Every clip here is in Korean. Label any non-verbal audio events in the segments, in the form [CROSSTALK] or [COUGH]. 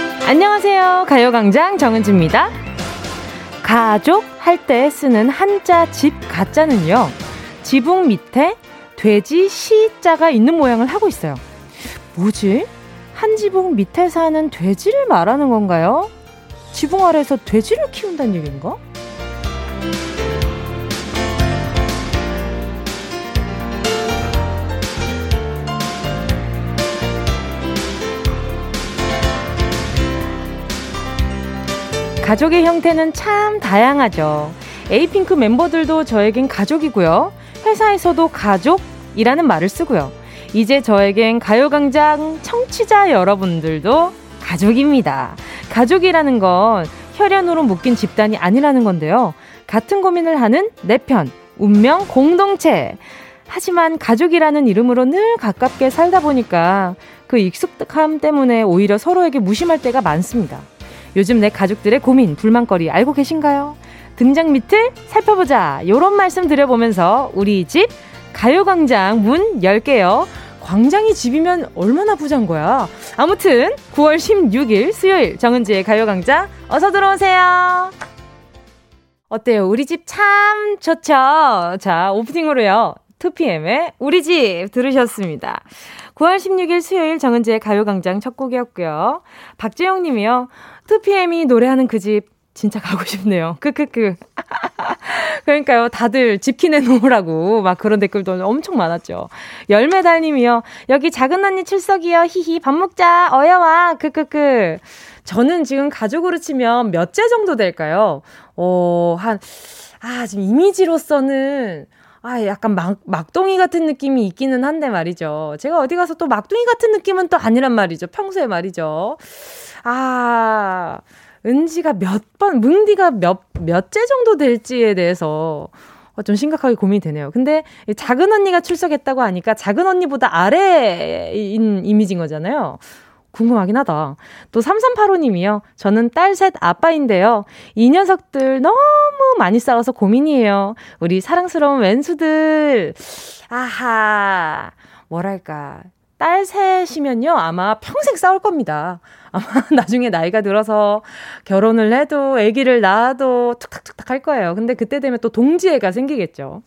안녕하세요. 가요광장 정은지입니다. 가족 할 때 쓰는 한자 집 가자는요. 지붕 밑에 돼지 시자가 있는 모양을 하고 있어요. 뭐지? 한 지붕 밑에 사는 돼지를 말하는 건가요? 지붕 아래에서 돼지를 키운다는 얘기인가? 가족의 형태는 참 다양하죠. 에이핑크 멤버들도 저에겐 가족이고요. 회사에서도 가족이라는 말을 쓰고요. 이제 저에겐 가요광장 청취자 여러분들도 가족입니다. 가족이라는 건 혈연으로 묶인 집단이 아니라는 건데요. 같은 고민을 하는 내 편, 운명 공동체. 하지만 가족이라는 이름으로 늘 가깝게 살다 보니까 그 익숙함 때문에 오히려 서로에게 무심할 때가 많습니다. 요즘 내 가족들의 고민, 불만거리 알고 계신가요? 등장 밑을 살펴보자. 요런 말씀 드려보면서 우리 집 가요광장 문 열게요. 광장이 집이면 얼마나 부잔 거야. 아무튼 9월 16일 수요일 정은지의 가요광장 어서 들어오세요. 어때요? 우리 집 참 좋죠? 자, 오프닝으로요. 2PM의 우리 집 들으셨습니다. 9월 16일 수요일 정은지의 가요광장 첫 곡이었고요. 박재영 님이요. 2PM이 노래하는 그 집 진짜 가고 싶네요. 크크크. [LAUGHS] 그러니까요. 다들 집키내 놓으라고 막 그런 댓글도 엄청 많았죠. 열매달 님이요. 여기 작은 언니 출석이요. 히히 밥 먹자. 어여와. 크크크. 저는 지금 가족으로 치면 몇 째 정도 될까요? 어, 한 아, 지금 이미지로서는 아, 약간 막, 막둥이 같은 느낌이 있기는 한데 말이죠. 제가 어디 가서 또 막둥이 같은 느낌은 또 아니란 말이죠. 평소에 말이죠. 아, 은지가 몇 번, 뭉디가 몇, 몇째 정도 될지에 대해서 어, 좀 심각하게 고민이 되네요. 근데 이 작은 언니가 출석했다고 하니까 작은 언니보다 아래인 이미지인 거잖아요. 궁금하긴 하다. 또 3385님이요. 저는 딸 셋 아빠인데요. 이 녀석들 너무 많이 싸워서 고민이에요. 우리 사랑스러운 왼수들. 아하. 뭐랄까. 딸 셋이면요. 아마 평생 싸울 겁니다. 아마 [LAUGHS] 나중에 나이가 들어서 결혼을 해도 아기를 낳아도 툭탁툭탁 할 거예요. 근데 그때 되면 또 동지애가 생기겠죠.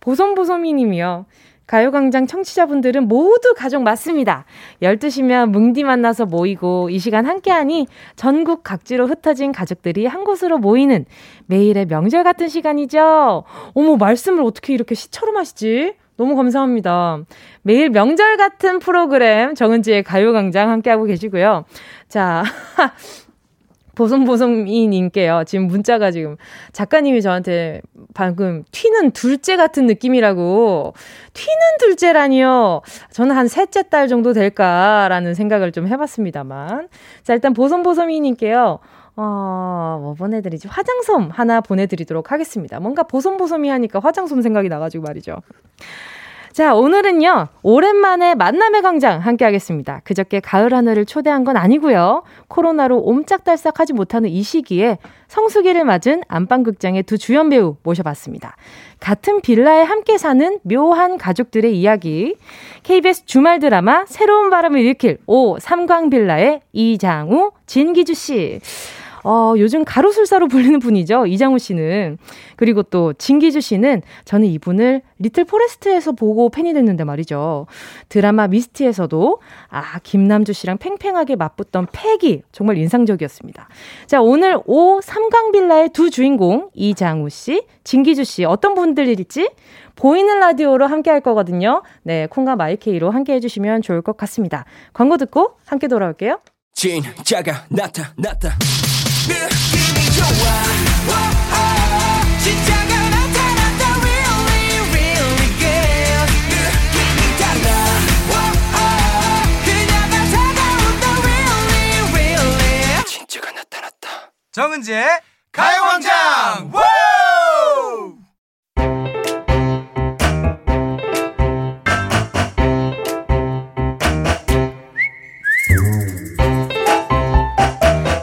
보솜보솜이 님이요. 가요광장 청취자분들은 모두 가족 맞습니다. 12시면 뭉디 만나서 모이고 이 시간 함께하니 전국 각지로 흩어진 가족들이 한 곳으로 모이는 매일의 명절 같은 시간이죠. 어머, 말씀을 어떻게 이렇게 시처럼 하시지? 너무 감사합니다. 매일 명절 같은 프로그램 정은지의 가요광장 함께하고 계시고요. 자. [LAUGHS] 보송보송이님께요. 지금 문자가 지금 작가님이 저한테 방금 튀는 둘째 같은 느낌이라고 튀는 둘째라니요. 저는 한 셋째 딸 정도 될까라는 생각을 좀 해봤습니다만. 자 일단 보송보송이님께요. 어, 뭐 보내드리지? 화장솜 하나 보내드리도록 하겠습니다. 뭔가 보송보송이 하니까 화장솜 생각이 나가지고 말이죠. 자, 오늘은요, 오랜만에 만남의 광장 함께 하겠습니다. 그저께 가을 하늘을 초대한 건 아니고요. 코로나로 옴짝달싹 하지 못하는 이 시기에 성수기를 맞은 안방극장의 두 주연 배우 모셔봤습니다. 같은 빌라에 함께 사는 묘한 가족들의 이야기. KBS 주말 드라마 새로운 바람을 일으킬 오 삼광빌라의 이장우, 진기주씨. 어, 요즘 가로술사로 불리는 분이죠. 이장우 씨는. 그리고 또 진기주 씨는 저는 이분을 리틀 포레스트에서 보고 팬이 됐는데 말이죠. 드라마 미스티에서도 아, 김남주 씨랑 팽팽하게 맞붙던 패기 정말 인상적이었습니다. 자, 오늘 오 삼강빌라의 두 주인공 이장우 씨, 진기주 씨 어떤 분들일지 보이는 라디오로 함께 할 거거든요. 네, 콩과 마이케이로 함께 해주시면 좋을 것 같습니다. 광고 듣고 함께 돌아올게요. 진짜가 나타났다 느낌이 좋아 워어. 진짜가 나타났다 really really good 느낌이 달라 워어. 그녀가 다가온다 really really 진짜가 나타났다 정은지의 가요광장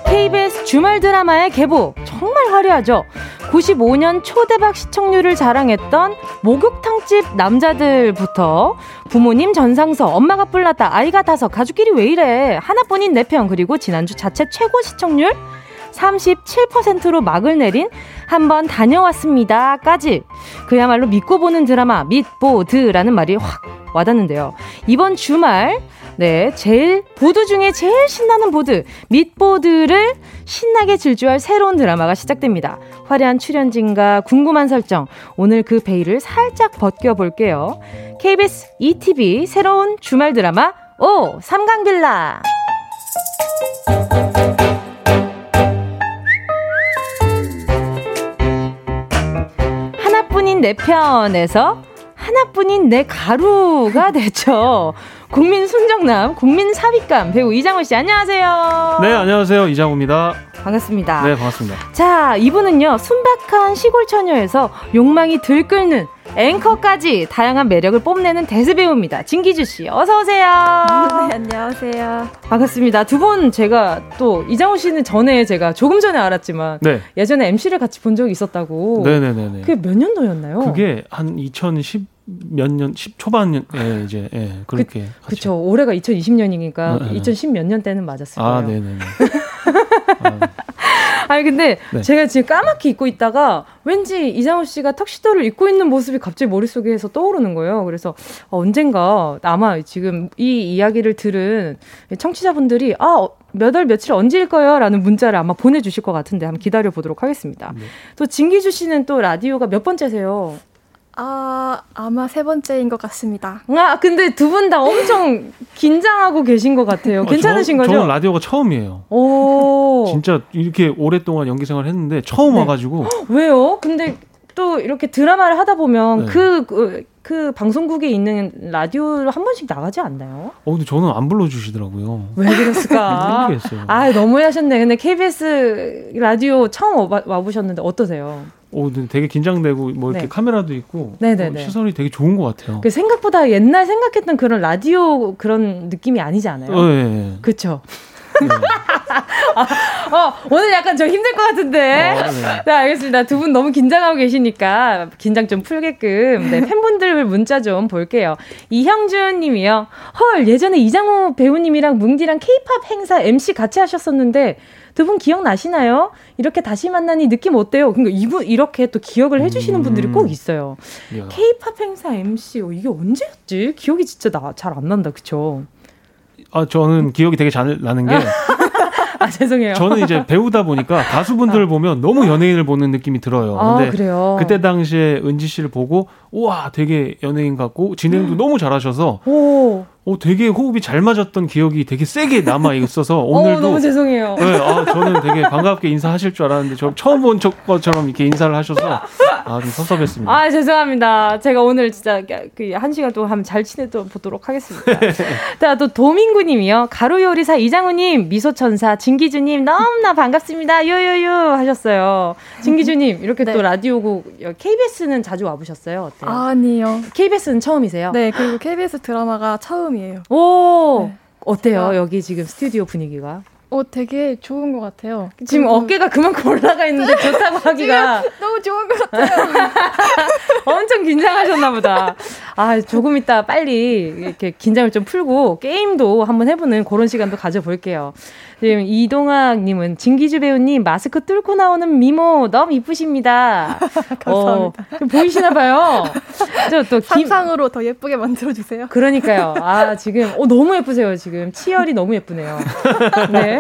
KBS 주말 드라마의 개보 정말 화려하죠. 95년 초대박 시청률을 자랑했던 목욕탕집 남자들부터 부모님 전상서, 엄마가 뿔났다, 아이가 다섯, 가족끼리 왜 이래. 하나뿐인 내 편, 그리고 지난주 자체 최고 시청률 37%로 막을 내린 한 번 다녀왔습니다까지 그야말로 믿고 보는 드라마 믿보드라는 말이 확 와닿는데요. 이번 주말 네 제일 보드 중에 제일 신나는 보드 믿보드를 신나게 질주할 새로운 드라마가 시작됩니다. 화려한 출연진과 궁금한 설정 오늘 그 베일을 살짝 벗겨 볼게요. KBS ETV 새로운 주말 드라마 오 삼강빌라. 하나뿐인 내 편에서 하나뿐인 내 가루가 [LAUGHS] 됐죠. 국민 순정남, 국민 삽입감 배우 이장훈 씨 안녕하세요. 네, 안녕하세요. 이장우입니다. 반갑습니다. 네, 반갑습니다. 자, 이분은요. 순박한 시골 처녀에서 욕망이 들끓는 앵커까지 다양한 매력을 뽐내는 대세 배우입니다. 진기주 씨, 어서 오세요. 네, 안녕하세요. 반갑습니다. 두 분 제가 또 이장훈 씨는 전에 제가 조금 전에 알았지만 네. 예전에 MC를 같이 본 적이 있었다고. 네, 네, 네, 네. 그게 뭐? 몇 년도였나요? 그게 한 2010 몇 년, 10 초반에 이제 예, 그렇게 하죠. 그쵸. 올해가 2020년이니까 네, 네. 2010 몇 년 때는 맞았을 거예요. 아, 아, 네, 네, 네. 니 근데 네. 제가 지금 까맣게 입고 있다가 왠지 이장우 씨가 턱시도를 입고 있는 모습이 갑자기 머릿속에서 떠오르는 거예요. 그래서 어, 언젠가 아마 지금 이 이야기를 들은 청취자분들이 아, 몇 월 며칠 언제일 거예요? 라는 문자를 아마 보내주실 것 같은데 한번 기다려 보도록 하겠습니다. 네. 또 진기주 씨는 또 라디오가 몇 번째세요? 아, 아마 세 번째인 것 같습니다. 아, 근데 두 분 다 엄청 [LAUGHS] 긴장하고 계신 것 같아요. 어, 괜찮으신 저, 거죠? 저는 라디오가 처음이에요. 오. 진짜 이렇게 오랫동안 연기 생활을 했는데 처음 네. 와가지고 왜요? 근데 또 이렇게 드라마를 하다 보면 네. 그, 그, 그 방송국에 있는 라디오를 한 번씩 나가지 않나요? 어 근데 저는 안 불러주시더라고요. 왜 [LAUGHS] 그랬을까? 모르겠어요. 아, 너무 하셨네. 근데 KBS 라디오 처음 와봐- 와보셨는데 어떠세요? 어 근데 되게 긴장되고 뭐 이렇게 네. 카메라도 있고 네, 네, 어, 네. 시설이 되게 좋은 것 같아요. 그 생각보다 옛날 생각했던 그런 라디오 그런 느낌이 아니지 않아요? 어, 예, 예. 그쵸. [LAUGHS] 네. 어, 오늘 약간 저 힘들 것 같은데. 어, 네. 네, 알겠습니다. 두 분 너무 긴장하고 계시니까 긴장 좀 풀게끔 네, 팬분들 문자 좀 볼게요. 이형준 님이요. 헐, 예전에 이장호 배우님이랑 뭉디랑 케이팝 행사 MC 같이 하셨었는데 두 분 기억나시나요? 이렇게 다시 만나니 느낌 어때요? 그러니까 이분 이렇게 또 기억을 해 주시는 분들이 음. 꼭 있어요. 이야. 케이팝 행사 MC 어, 이게 언제였지? 기억이 진짜 잘 안 난다. 그쵸 아 저는 기억이 되게 잘 나는 어. 게 아, 죄송해요. 저는 이제 배우다 [LAUGHS] 보니까 가수분들을 보면 너무 연예인을 보는 느낌이 들어요. 아, 근데 그래요. 그때 당시에 은지 씨를 보고 우와 되게 연예인 같고 [GASPS] 진행도 너무 잘하셔서 오. 어 되게 호흡이 잘 맞았던 기억이 되게 세게 남아 있어서 [LAUGHS] 어, 오늘도 너무 죄송해요. 네, 아, 저는 되게 반갑게 인사하실 줄 알았는데 저 처음 본 적- 것처럼 이렇게 인사를 하셔서 아 좀 섭섭했습니다. 아 죄송합니다. 제가 오늘 진짜 그 한 시간 동안 한번 잘 지내도 보도록 하겠습니다. 자또 도민구님이요. 가루요리사 이장우님, 미소천사 진기주님 너무나 반갑습니다. 요요요 하셨어요. 진기주님 이렇게 네. 또 라디오국 KBS는 자주 와보셨어요? [LAUGHS] 어때요? 아니요. KBS는 처음이세요? 네, 그리고 KBS 드라마가 처음이에요. 오 네. 어때요? 제가- 여기 지금 스튜디오 분위기가 어, 되게 좋은 것 같아요. 지금 그리고 어깨가 그만큼 [LAUGHS] 올라가 있는데 좋다고 하기가 [LAUGHS] 너무 좋은 것 같아요. [LAUGHS] 엄청 긴장하셨나 보다. 아, 조금 이따 빨리 이렇게 긴장을 좀 풀고 게임도 한번 해보는 그런 시간도 가져볼게요. 지금 이동학님은 진기주 배우님 마스크 뚫고 나오는 미모 너무 이쁘십니다. [LAUGHS] 감사합니다. 어, 보이시나 봐요. 저또 김. 상상으로 더 예쁘게 만들어주세요. 그러니까요. 아, 지금, 어, 너무 예쁘세요, 지금. 치열이 너무 예쁘네요. 네.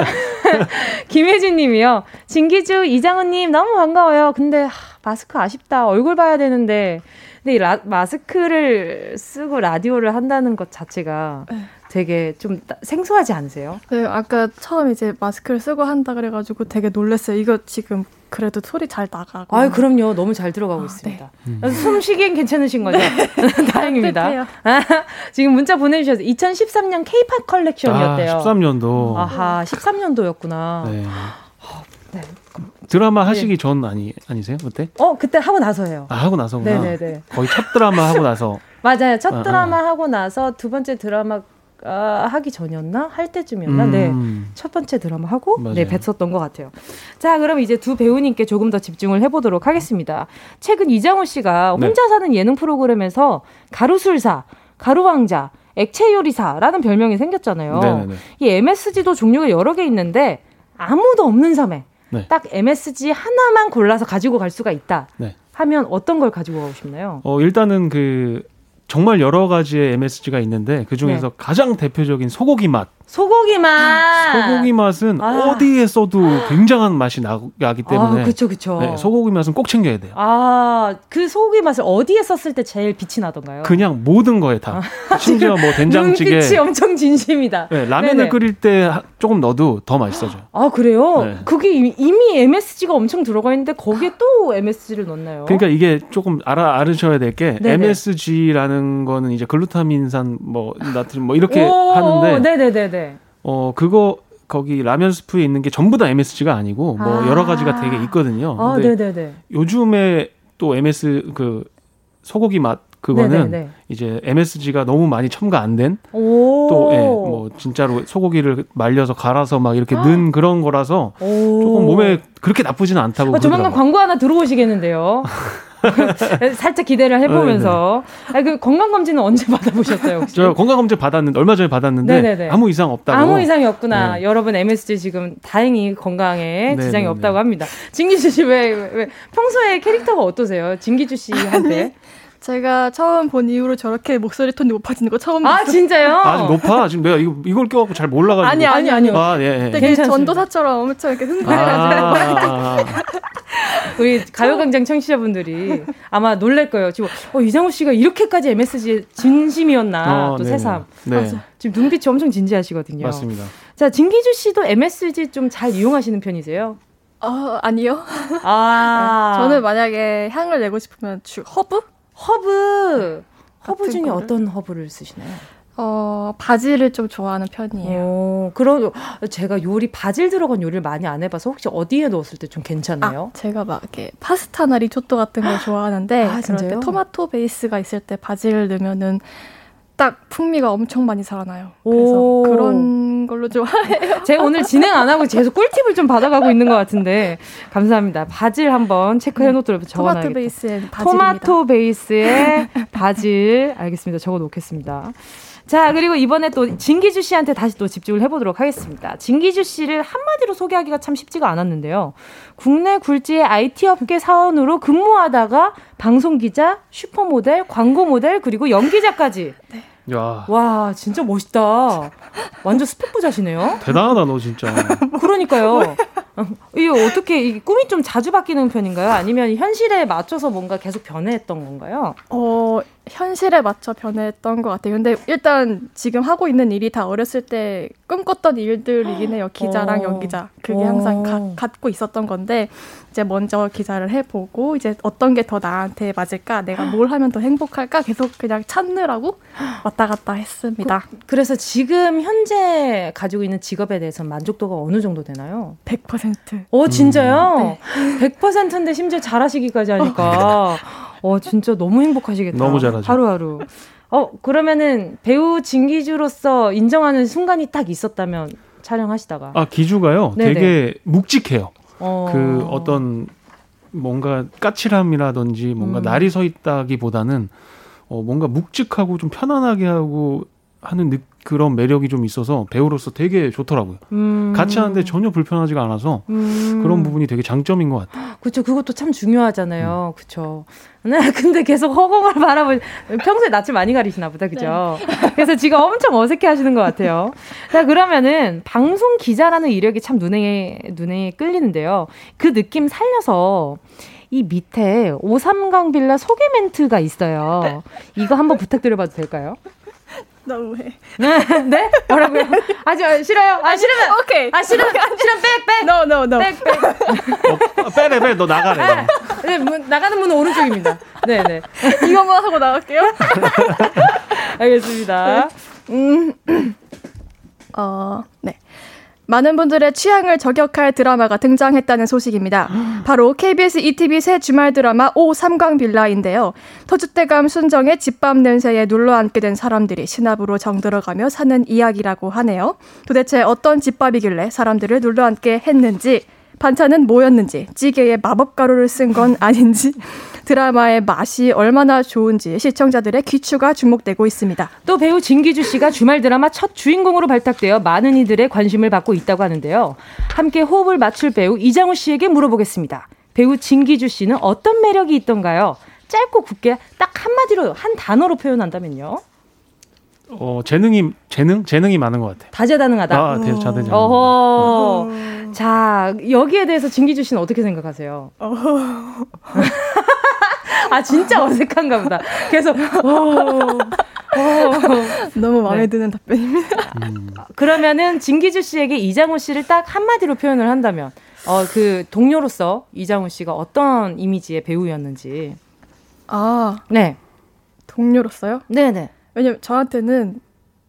[LAUGHS] 김혜진 님이요. 진기주, 이장훈 님, 너무 반가워요. 근데, 하, 마스크 아쉽다. 얼굴 봐야 되는데. 근데 이 라, 마스크를 쓰고 라디오를 한다는 것 자체가 되게 좀 따- 생소하지 않으세요? 네, 아까 처음 이제 마스크를 쓰고 한다 그래가지고 되게 놀랐어요. 이거 지금 그래도 소리 잘 나가고. 음. 아유, 네. 그럼요. 너무 잘 들어가고 아, 있습니다. 음. 숨쉬기엔 괜찮으신 거죠? [LAUGHS] 다행입니다. 따뜻해요. [LAUGHS] 지금 문자 보내주셔서 2013년 K-팝 컬렉션이었대요. 아, 13년도 아하, 13년도였구나. 네. 네. 드라마 하시기 전 아니 아니세요 그때? 어, 그때 하고 나서예요. 아 하고 나서구나. 네네네. 거의 첫 드라마 하고 나서 맞아요. 첫 아, 드라마 하고 나서 두 번째 드라마 아, 하기 전이었나? 할 때쯤이었나? 네. 음. 첫 번째 드라마 하고 맞아요. 네, 뵀었던 것 같아요. 자, 그럼 이제 두 배우님께 조금 더 집중을 해보도록 하겠습니다. 최근 이장호 씨가 네. 혼자 사는 예능 프로그램에서 가루술사 가루왕자, 액체 요리사라는 별명이 생겼잖아요. 네네네. 이 MSG도 종류가 여러 개 있는데 아무도 없는 섬에 네. 딱 MSG 하나만 골라서 가지고 갈 수가 있다. 네. 하면 어떤 걸 가지고 가고 싶나요? 어, 일단은 그 정말 여러 가지의 MSG가 있는데 그 중에서 네. 가장 대표적인 소고기 맛. 소고기만. 소고기 맛은 아. 어디에 써도 굉장한 맛이 나, 기 때문에 아, 그쵸 그쵸. 네, 소고기 맛은 꼭 챙겨야 돼요. 아, 그 소고기 맛을 어디에 썼을 때 제일 빛이 나던가요? 아, 그냥 모든 거에 다. [LAUGHS] 심지어 뭐 된장찌개, 눈빛이 엄청 진심이다. 네, 라면을 네네. 끓일 때 하- 조금 넣어도 더 맛있어져요. 아 그래요? 네. 그게 이미- 이미 MSG가 엄청 들어가 있는데 거기에 또 MSG를 넣나요? 그러니까 이게 조금 알아 알으셔야 될 게 네네. MSG라는 거는 이제 글루타민산 뭐 나트륨 뭐 이렇게 오, 하는데 네네네네. 어 그거 거기 라면 스프에 있는 게 전부 다 MSG가 아니고 뭐 아. 여러 가지가 되게 있거든요. 아 어, 근데 네네네. 요즘에 또 MS 그 소고기 맛 그거는 네네네. 이제 MSG가 너무 많이 첨가 안 된 또 오. 뭐 진짜로 소고기를 말려서 갈아서 막 이렇게 넣은 그런 거라서 오. 조금 몸에 그렇게 나쁘지는 않다고 어, 조만간 그러더라고요. 광고 하나 [LAUGHS] 들어오시겠는데요. [LAUGHS] 살짝 기대를 해보면서. 네, 아, 그 건강검진은 언제 받아보셨어요, 혹시? 저 건강 검진 받았는데 얼마 전에 받았는데 네네네. 아무 이상 없다고. 아무 이상이 없구나. 네. 여러분 MSG 지금 다행히 건강에 네, 지장이 네, 없다고 네. 합니다. 진기주 씨 왜, 왜 평소에 캐릭터가 어떠세요? 진기주 씨한테? 제가 처음 본 이후로 저렇게 목소리 톤이 높아지는 거 처음 아 봤어요. 진짜요? 아직 높아. 지금 내가 이거 이걸 껴갖고 잘 몰라가지고. 아니 아니 아니요. 아 예. 예. 네, 되게 괜찮습니다. 전도사처럼 엄청 이렇게 아, 흥분해가지고 아, 아. 우리 가요광장 청취자분들이 아마 놀랄 거예요. 지금 어, 이장우 씨가 이렇게까지 MSG에 진심이었나 어, 아, 또 네네. 새삼. 네. 지금 눈빛이 엄청 진지하시거든요. 맞습니다. 자 진기주 씨도 MSG 좀 잘 이용하시는 편이세요? 어, 아니요. 아 저는 만약에 향을 내고 싶으면 주, 허브? 허브 허브 같은 중에 거를. 어떤 허브를 쓰시나요? 어, 바지를 좀 좋아하는 편이에요. 어, 그럼 제가 요리 바질 들어간 요리를 많이 안 해봐서 혹시 어디에 넣었을 때 좀 괜찮나요? 아, 제가 막 이렇게 파스타나 리조또 같은 걸 좋아하는데 아, 그럴 진짜요? 때 토마토 베이스가 있을 때 바지를 넣으면은 딱 풍미가 엄청 많이 살아나요. 오. 그래서 그런 걸로 [LAUGHS] 좋아해. 제가 오늘 진행 안 하고 계속 꿀팁을 좀 받아가고 있는 것 같은데 감사합니다. 바질 한번 체크해놓도록 토마토 적어놔야겠다. 베이스에 바지입니다. 토마토 베이스에 [LAUGHS] 바질 알겠습니다. 적어놓겠습니다. 자 그리고 이번에 또 진기주 씨한테 다시 또 집중을 해보도록 하겠습니다. 진기주 씨를 한마디로 소개하기가 참 쉽지가 않았는데요. 국내 굴지의 IT 업계 사원으로 근무하다가 방송 기자, 슈퍼 모델, 광고 모델 그리고 연기자까지. 야 와 진짜 멋있다. 완전 스펙 부자시네요. 대단하다 너 [LAUGHS] 진짜. 그러니까요. 어, 이게 어떻게 이 꿈이 좀 자주 바뀌는 편인가요? 아니면 현실에 맞춰서 뭔가 계속 변해했던 건가요? 어, 현실에 맞춰 변했던 것 같아요. 근데 일단 지금 하고 있는 일이 다 어렸을 때 꿈꿨던 일들이긴 해요. 기자랑 어. 연기자. 그게 어. 항상 가- 갖고 있었던 건데 이제 먼저 기자를 해보고 이제 어떤 게 더 나한테 맞을까? 내가 뭘 하면 더 행복할까? 계속 그냥 찾느라고 왔다 갔다 했습니다. 그래서 지금 현재 가지고 있는 직업에 대해서 만족도가 어느 정도 되나요? 100%. 어 진짜요? 음, 네. 100%인데 심지어 잘하시기까지 하니까 어 진짜 너무 행복하시겠다. 너무 잘하죠. 하루하루. 어 그러면은 배우 진기주로서 인정하는 순간이 딱 있었다면 촬영하시다가 아 기주가요. 네네. 되게 묵직해요. 어. 그 어떤 뭔가 까칠함이라든지 뭔가 음. 날이 서 있다기보다는 어, 뭔가 묵직하고 좀 편안하게 하고 하는 느- 그런 매력이 좀 있어서 배우로서 되게 좋더라고요. 음. 같이 하는데 전혀 불편하지가 않아서 음. 그런 부분이 되게 장점인 것 같아요. 그렇죠. 그것도 참 중요하잖아요. 그렇죠. 네, [LAUGHS] 근데 계속 허공을 바라보. 평소에 낯을 많이 가리시나 보다, 그죠? 그래서 지금 엄청 어색해하시는 것 같아요. 자, 그러면은 방송 기자라는 이력이 참 눈에 눈에 끌리는데요. 그 느낌 살려서 이 밑에 오삼강 빌라 소개 멘트가 있어요. 이거 한번 부탁드려봐도 될까요? 너무해. 네? 뭐라고요? 아, 저 싫어요. 아, 싫으면. 오케이. 아, 싫으면. 싫으면 빽, 빽. No, no, no. 빽, 빽. 어, 빼래 빼래 너 [LAUGHS] 나가래. 네, 문, 나가는 문은 오른쪽입니다. 네, 네. 이거만 하고 나갈게요. 알겠습니다. 어, 네. 많은 분들의 취향을 저격할 드라마가 등장했다는 소식입니다. 바로 KBS ETV 새 주말 드라마 오 삼광 빌라인데요. 터줏대감 순정의 집밥 냄새에 눌러앉게 된 사람들이 신압으로 정들어가며 사는 이야기라고 하네요. 도대체 어떤 집밥이길래 사람들을 눌러앉게 했는지 반찬은 뭐였는지, 찌개에 마법 가루를 쓴 [LAUGHS] 건 아닌지, 드라마의 맛이 얼마나 좋은지 시청자들의 귀추가 주목되고 있습니다. 또 배우 진기주 씨가 주말 드라마 첫 주인공으로 발탁되어 많은 이들의 관심을 받고 있다고 하는데요. 함께 호흡을 맞출 배우 이장우 씨에게 물어보겠습니다. 배우 진기주 씨는 어떤 매력이 있던가요? 짧고 굵게 딱 한마디로 한 단어로 표현한다면요. 어 재능이 재능 재능이 많은 것 같아요. 다재다능하다. 아, 대, 자대장. 어허. 자, 여기에 대해서 진기주 씨는 음. 어떻게 생각하세요? [LAUGHS] 아, 진짜 어색한가 보다. 계속, 어허. 너무 마음에 네. 드는 답변입니다. 그러면은 진기주 씨에게 이장훈 씨를 딱 한마디로 표현을 한다면, 어, 그 동료로서 이장훈 씨가 어떤 이미지의 배우였는지. 아, 네. 동료로서요? 네네. 왜냐면 저한테는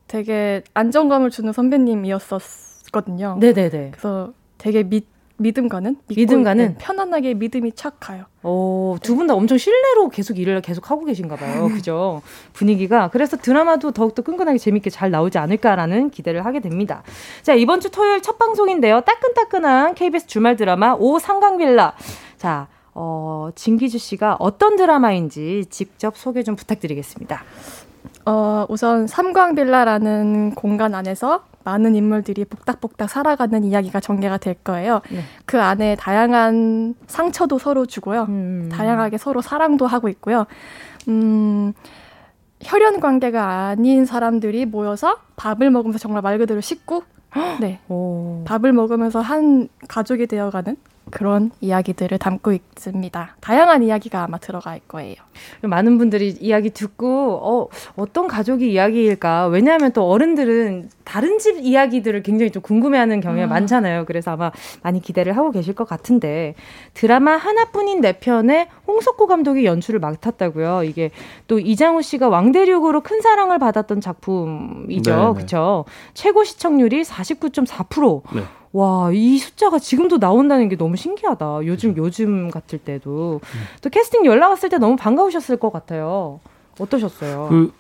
되게 안정감을 주는 선배님이었었거든요. 네네네. 그래서 되게 믿, 믿음 가는? 믿고 믿음 가는? 있는, 편안하게 믿음이 착 가요. 어, 두 분 다 엄청 신뢰로 계속 일을 계속 하고 계신가 [LAUGHS] 봐요. 그죠? 분위기가. 그래서 드라마도 더욱더 끈끈하게 재밌게 잘 나오지 않을까라는 기대를 하게 됩니다. 자, 이번 주 토요일 첫 방송인데요. 따끈따끈한 KBS 주말 드라마 오 삼강빌라. 자, 어, 진기주 씨가 어떤 드라마인지 직접 소개 좀 부탁드리겠습니다. 어, 우선 삼광빌라라는 공간 안에서 많은 인물들이 복닥복닥 살아가는 이야기가 전개가 될 거예요. 네. 그 안에 다양한 상처도 서로 주고요. 음. 다양하게 서로 사랑도 하고 있고요. 음, 혈연 관계가 아닌 사람들이 모여서 밥을 먹으면서 정말 말 그대로 식구? 네. 오. 밥을 먹으면서 한 가족이 되어가는 그런 이야기들을 담고 있습니다. 다양한 이야기가 아마 들어갈 거예요. 많은 분들이 이야기 듣고 어, 어떤 가족이 이야기일까? 왜냐하면 또 어른들은 다른 집 이야기들을 굉장히 좀 궁금해하는 경우가 많잖아요. 그래서 아마 많이 기대를 하고 계실 것 같은데 드라마 하나뿐인 내 편에 홍석호 감독이 연출을 맡았다고요. 이게 또 이장우 씨가 왕대륙으로 큰 사랑을 받았던 작품이죠. 네네. 그렇죠. 최고 시청률이 49.4%. 네. 와, 이 숫자가 지금도 나온다는 게 너무 신기하다. 음. 요즘, 요즘 같을 때도. 또 캐스팅 연락 왔을 때 너무 반가우셨을 것 같아요. 어떠셨어요? 그,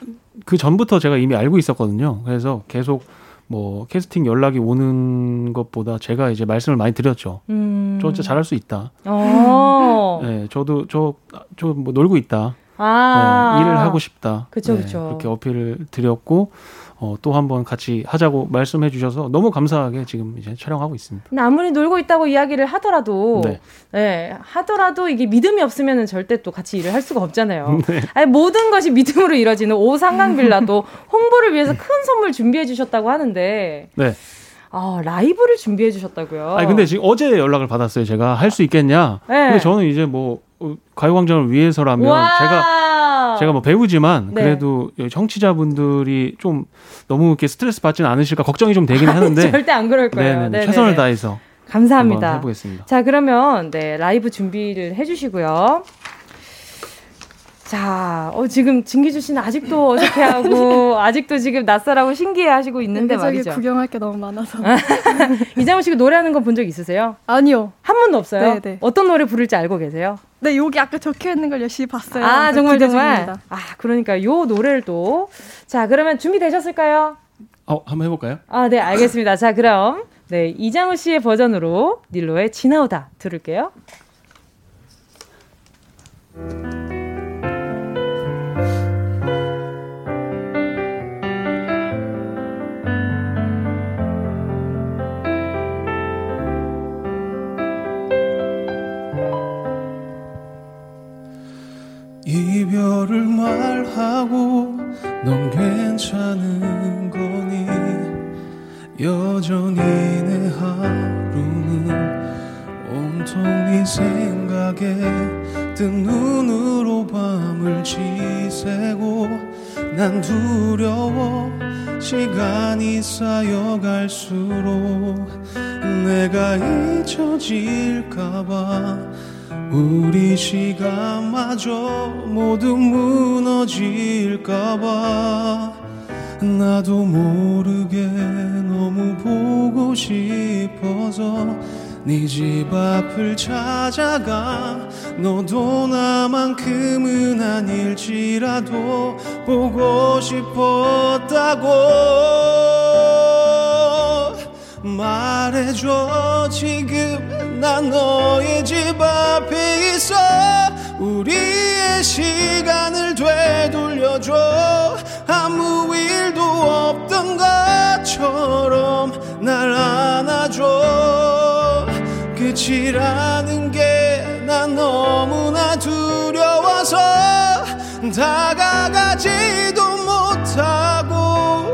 그 전부터 제가 이미 알고 있었거든요. 그래서 계속 뭐 캐스팅 연락이 오는 것보다 제가 이제 말씀을 많이 드렸죠. 음. 저 진짜 잘할 수 있다. 어. 네, 저도 저 저 뭐 놀고 있다. 네, 아. 일을 하고 싶다. 그쵸, 네, 그쵸. 그렇게 어필을 드렸고 어, 또 한번 같이 하자고 말씀해 주셔서 너무 감사하게 지금 이제 촬영하고 있습니다. 근데 아무리 놀고 있다고 이야기를 하더라도, 네. 네. 하더라도 이게 믿음이 없으면 절대 또 같이 일을 할 [LAUGHS] 수가 없잖아요. 네. 아니, 모든 것이 믿음으로 [LAUGHS] 이뤄지는 오상강빌라도 홍보를 위해서 큰 선물 준비해 주셨다고 하는데, 네. 아, 라이브를 준비해 주셨다고요. 아니 근데 지금 어제 연락을 받았어요. 제가 할 수 있겠냐? 네. 근데 저는 이제 뭐 어, 가요광장을 위해서라면 제가 제가 뭐 배우지만 아. 네. 그래도 정치자분들이 좀 너무 이렇게 스트레스 받지는 않으실까 걱정이 좀 [LAUGHS] 되긴 하는데 절대 안 그럴 거예요. 네. 네네 네네네. 최선을 다해서 한번 감사합니다. 해보겠습니다. 자, 그러면 네, 라이브 준비를 해 주시고요. 자, 어, 지금 진기주 씨는 [LAUGHS] 아직도 어색해하고 아직도 지금 낯설하고 신기해하시고 있는데 여기저기 말이죠. 구경할 게 너무 많아서. 이장훈 씨가 노래하는 건 본 적 있으세요? 아니요. 한 번도 없어요. 네, 네. 어떤 노래 부를지 알고 계세요? 네, 여기 아까 적혀 있는 걸 열심히 봤어요. 아, 그래서 정말 네, 기대 정말. 중입니다. 아, 그러니까 요 노래를 또 자, 그러면 준비되셨을까요? 어 한번 해볼까요? 아, 네, 알겠습니다. 자, 그럼 네, 이장훈 씨의 버전으로 닐로의 지나오다 들을게요. 이별을 말하고 넌 괜찮은 거니 여전히 내 하루는 온통 이 생각에 뜬 눈으로 밤을 지새고 난 두려워 시간이 쌓여갈수록 내가 잊혀질까봐 우리 시간마저 모두 무너질까봐 나도 모르게 너무 보고 싶어서 네 집 앞을 찾아가 너도 나만큼은 아닐지라도 보고 싶었다고 말해줘 지금 나 너의 집 앞에 있어 우리의 시간을 되돌려줘 아무 일도 없던 것처럼 날 안아줘 끝이라는 게 난 너무나 두려워서 다가가지도 못하고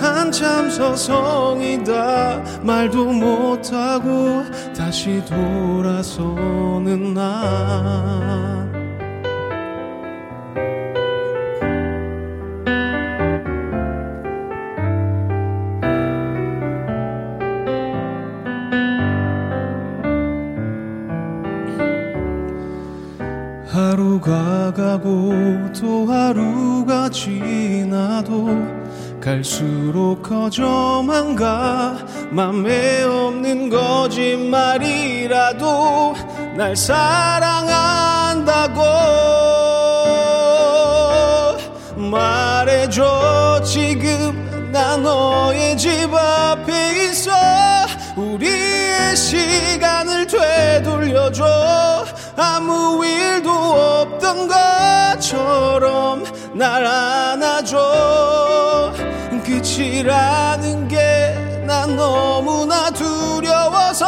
한참 서성이다 말도 못하고 다시 돌아서는 나 하루가 가고 또 하루가 지나도 갈수록 커져만 가 맘에 없는 거짓말이라도 날 사랑한다고 말해줘 지금 나 너의 집 앞에 있어 우리의 시간을 되돌려줘 아무 일도 없던 것처럼 날 안아줘 끝이라는 게 난 너무나 두려워서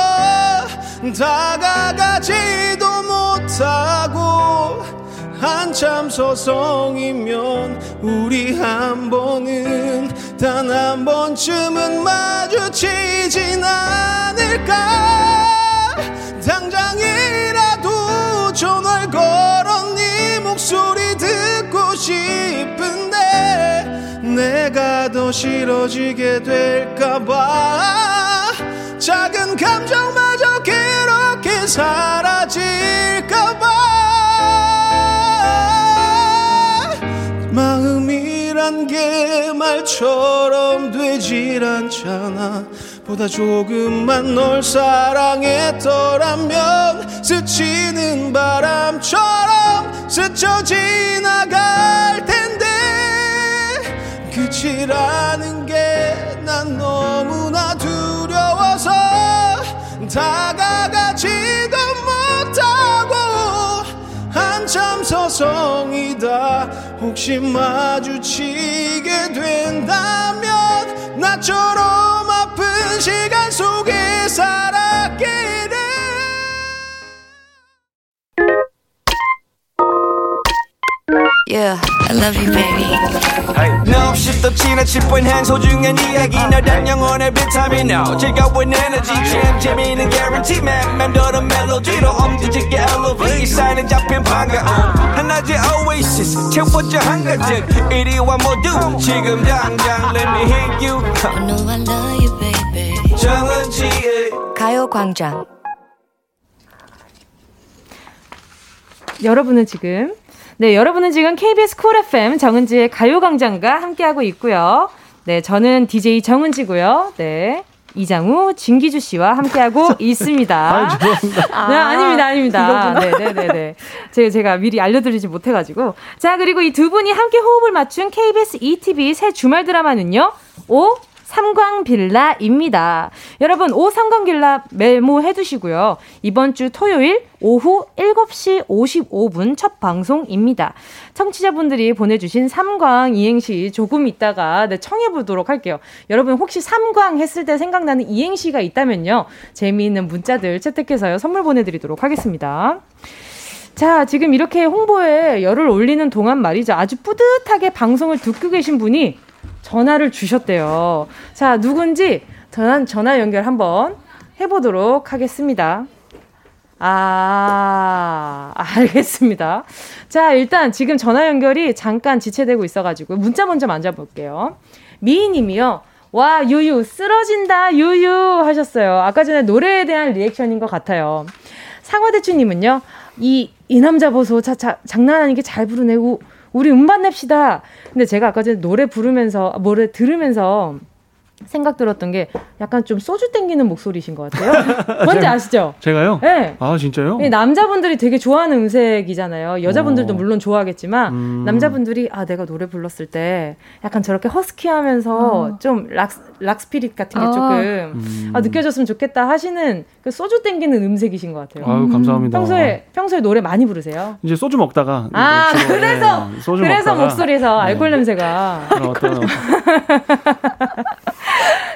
다가가지도 못하고 한참 서성이면 우리 한 번은 단 한 번쯤은 마주치진 않을까 당장이라도 전화를 걸어 네 목소리 듣고 싶은데 내가 더 싫어지게 될까봐 작은 감정마저 그렇게 사라질까봐 마음이란 게 말처럼 되질 않잖아 보다 조금만 널 사랑했더라면 스치는 바람처럼 스쳐 지나갈 텐데 끝이라는 게 난 너무나 두려워서 다가가지도 못하고 한참 서성이다 혹시 마주치게 된다면 나처럼 아픈 시간 속에 살았기를 Yeah, I love you, baby. 너 없이 또 지나칠 뻔한 소중한 이야기 너란 영혼의 비타민 now 즐거운 에너지 잼 재미있는 guarantee man 맴도는 멜로디로 엄지질게 elevate 이 사인은 잡힌 반가움 한낮의 oasis 채워져 한가득 이리와 모두 지금 당장 let me hit you I know I love you, baby. 정은지의 가요광장. 여러분은 지금 네 여러분은 지금 KBS 쿨 FM 정은지의 가요광장과 함께하고 있고요. 네 저는 DJ 정은지고요. 네 이장우 진기주 씨와 [LAUGHS] 함께하고 있습니다. 아, 네, 아닙니다, 아닙니다. 네, 네, 네, 네. 제가, 제가 미리 알려드리지 못해가지고. 자, 그리고 이 두 분이 함께 호흡을 맞춘 KBS ETV 새 주말 드라마는요, 오, 삼광빌라입니다. 여러분, 오, 삼광빌라 메모해두시고요. 이번 주 토요일 오후 7시 55분 첫 방송입니다. 청취자분들이 보내주신 삼광 이행시 조금 있다가 네, 청해보도록 할게요. 여러분, 혹시 삼광 했을 때 생각나는 이행시가 있다면요. 재미있는 문자들 채택해서요. 선물 보내드리도록 하겠습니다. 자, 지금 이렇게 홍보에 열을 올리는 동안 말이죠. 아주 뿌듯하게 방송을 듣고 계신 분이 전화를 주셨대요. 자, 누군지 전화, 전화 연결 한번 해보도록 하겠습니다. 아, 알겠습니다. 자, 일단 지금 전화 연결이 잠깐 지체되고 있어가지고 문자 먼저 만져볼게요. 미희님이요. 와, 유유, 쓰러진다, 유유 하셨어요. 아까 전에 노래에 대한 리액션인 것 같아요. 상화대추님은요, 이, 이 남자 보소, 자, 자, 장난 아니게 잘 부르네고, 우리 음반 냅시다. 근데 제가 아까 전에 노래 부르면서, 아, 노래 들으면서, 생각 들었던 게 약간 좀 소주 땡기는 목소리신 것 같아요. 뭔지 아시죠? 제가요? 예. 네. 아 진짜요? 예, 남자분들이 되게 좋아하는 음색이잖아요. 여자분들도 어. 물론 좋아하겠지만 음. 남자분들이 아 내가 노래 불렀을 때 약간 저렇게 허스키하면서 어. 좀 락, 락스피릿 같은 게 아. 조금 음. 아 느껴졌으면 좋겠다 하시는 그 소주 땡기는 음색이신 것 같아요. 아유 감사합니다. 평소에 평소에 노래 많이 부르세요? 이제 소주 먹다가 아, 이제 음, 주로, 그래서- 예, 소주 그래서 먹다가 목소리에서 네. 알코올 냄새가 그런 어떤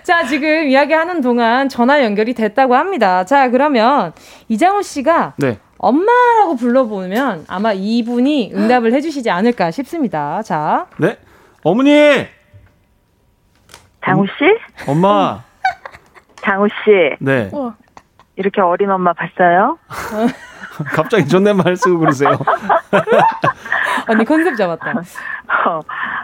자, 지금 이야기하는 동안 전화 연결이 됐다고 합니다. 자, 그러면 이장호 씨가 [LAUGHS] 네 엄마라고 불러보면 아마 이분이 응답을 해주시지 않을까 싶습니다. 자, 네. 어머니 장우 씨? 엄마 장우 씨, 네 우와. 이렇게 어린 엄마 봤어요? 갑자기 존댓말 쓰고 그러세요. 언니 컨셉 잡았다. 어.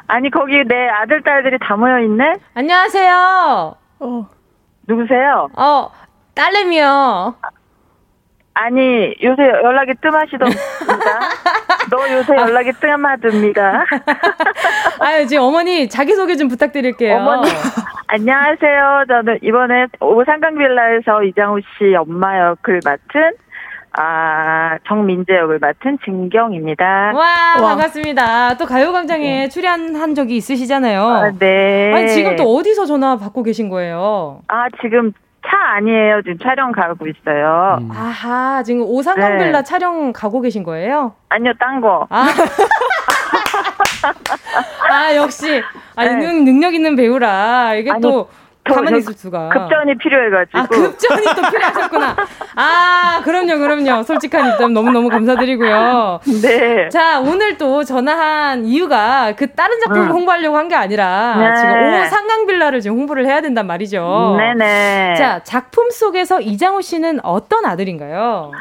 아니, 거기 내 아들, 딸들이 다 모여있네? 안녕하세요. 어. 누구세요? 어, 딸내미요. 아니, 요새 연락이 [LAUGHS] 뜸하시던가? 너 요새 연락이 아, 뜸하듭니다. 아유, 지금 어머니 자기소개 좀 부탁드릴게요. 어머니. 안녕하세요. 저는 이번에 오산강빌라에서 이장우 씨 엄마 역을 맡은, 아, 정민재 역을 맡은 진경입니다. 와, 와. 반갑습니다. 또 가요광장에 출연한 적이 있으시잖아요. 네. 아, 네. 아니, 지금 또 어디서 전화 받고 계신 거예요? 아, 지금 차 아니에요. 지금 촬영 가고 있어요. 음. 아하, 지금 오상강 네. 빌라 촬영 가고 계신 거예요? 아니요, 딴 거. 아. 아, 역시. 아, 네. 능, 능력 있는 배우라. 이게 아니, 또 저- 가만히 저 있을 수가. 급전이 필요해가지고. 아, 급전이 또 필요하셨구나. 아, 그럼요, 그럼요. 솔직한 입장 너무너무 감사드리고요. [LAUGHS] 네. 자, 오늘 또 전화한 이유가 그 다른 작품을 음. 홍보하려고 한 게 아니라 네. 지금 오상강 빌라를 지금 홍보를 해야 된단 말이죠. 네네. 어. 자, 작품 속에서 이장호 씨는 어떤 아들인가요?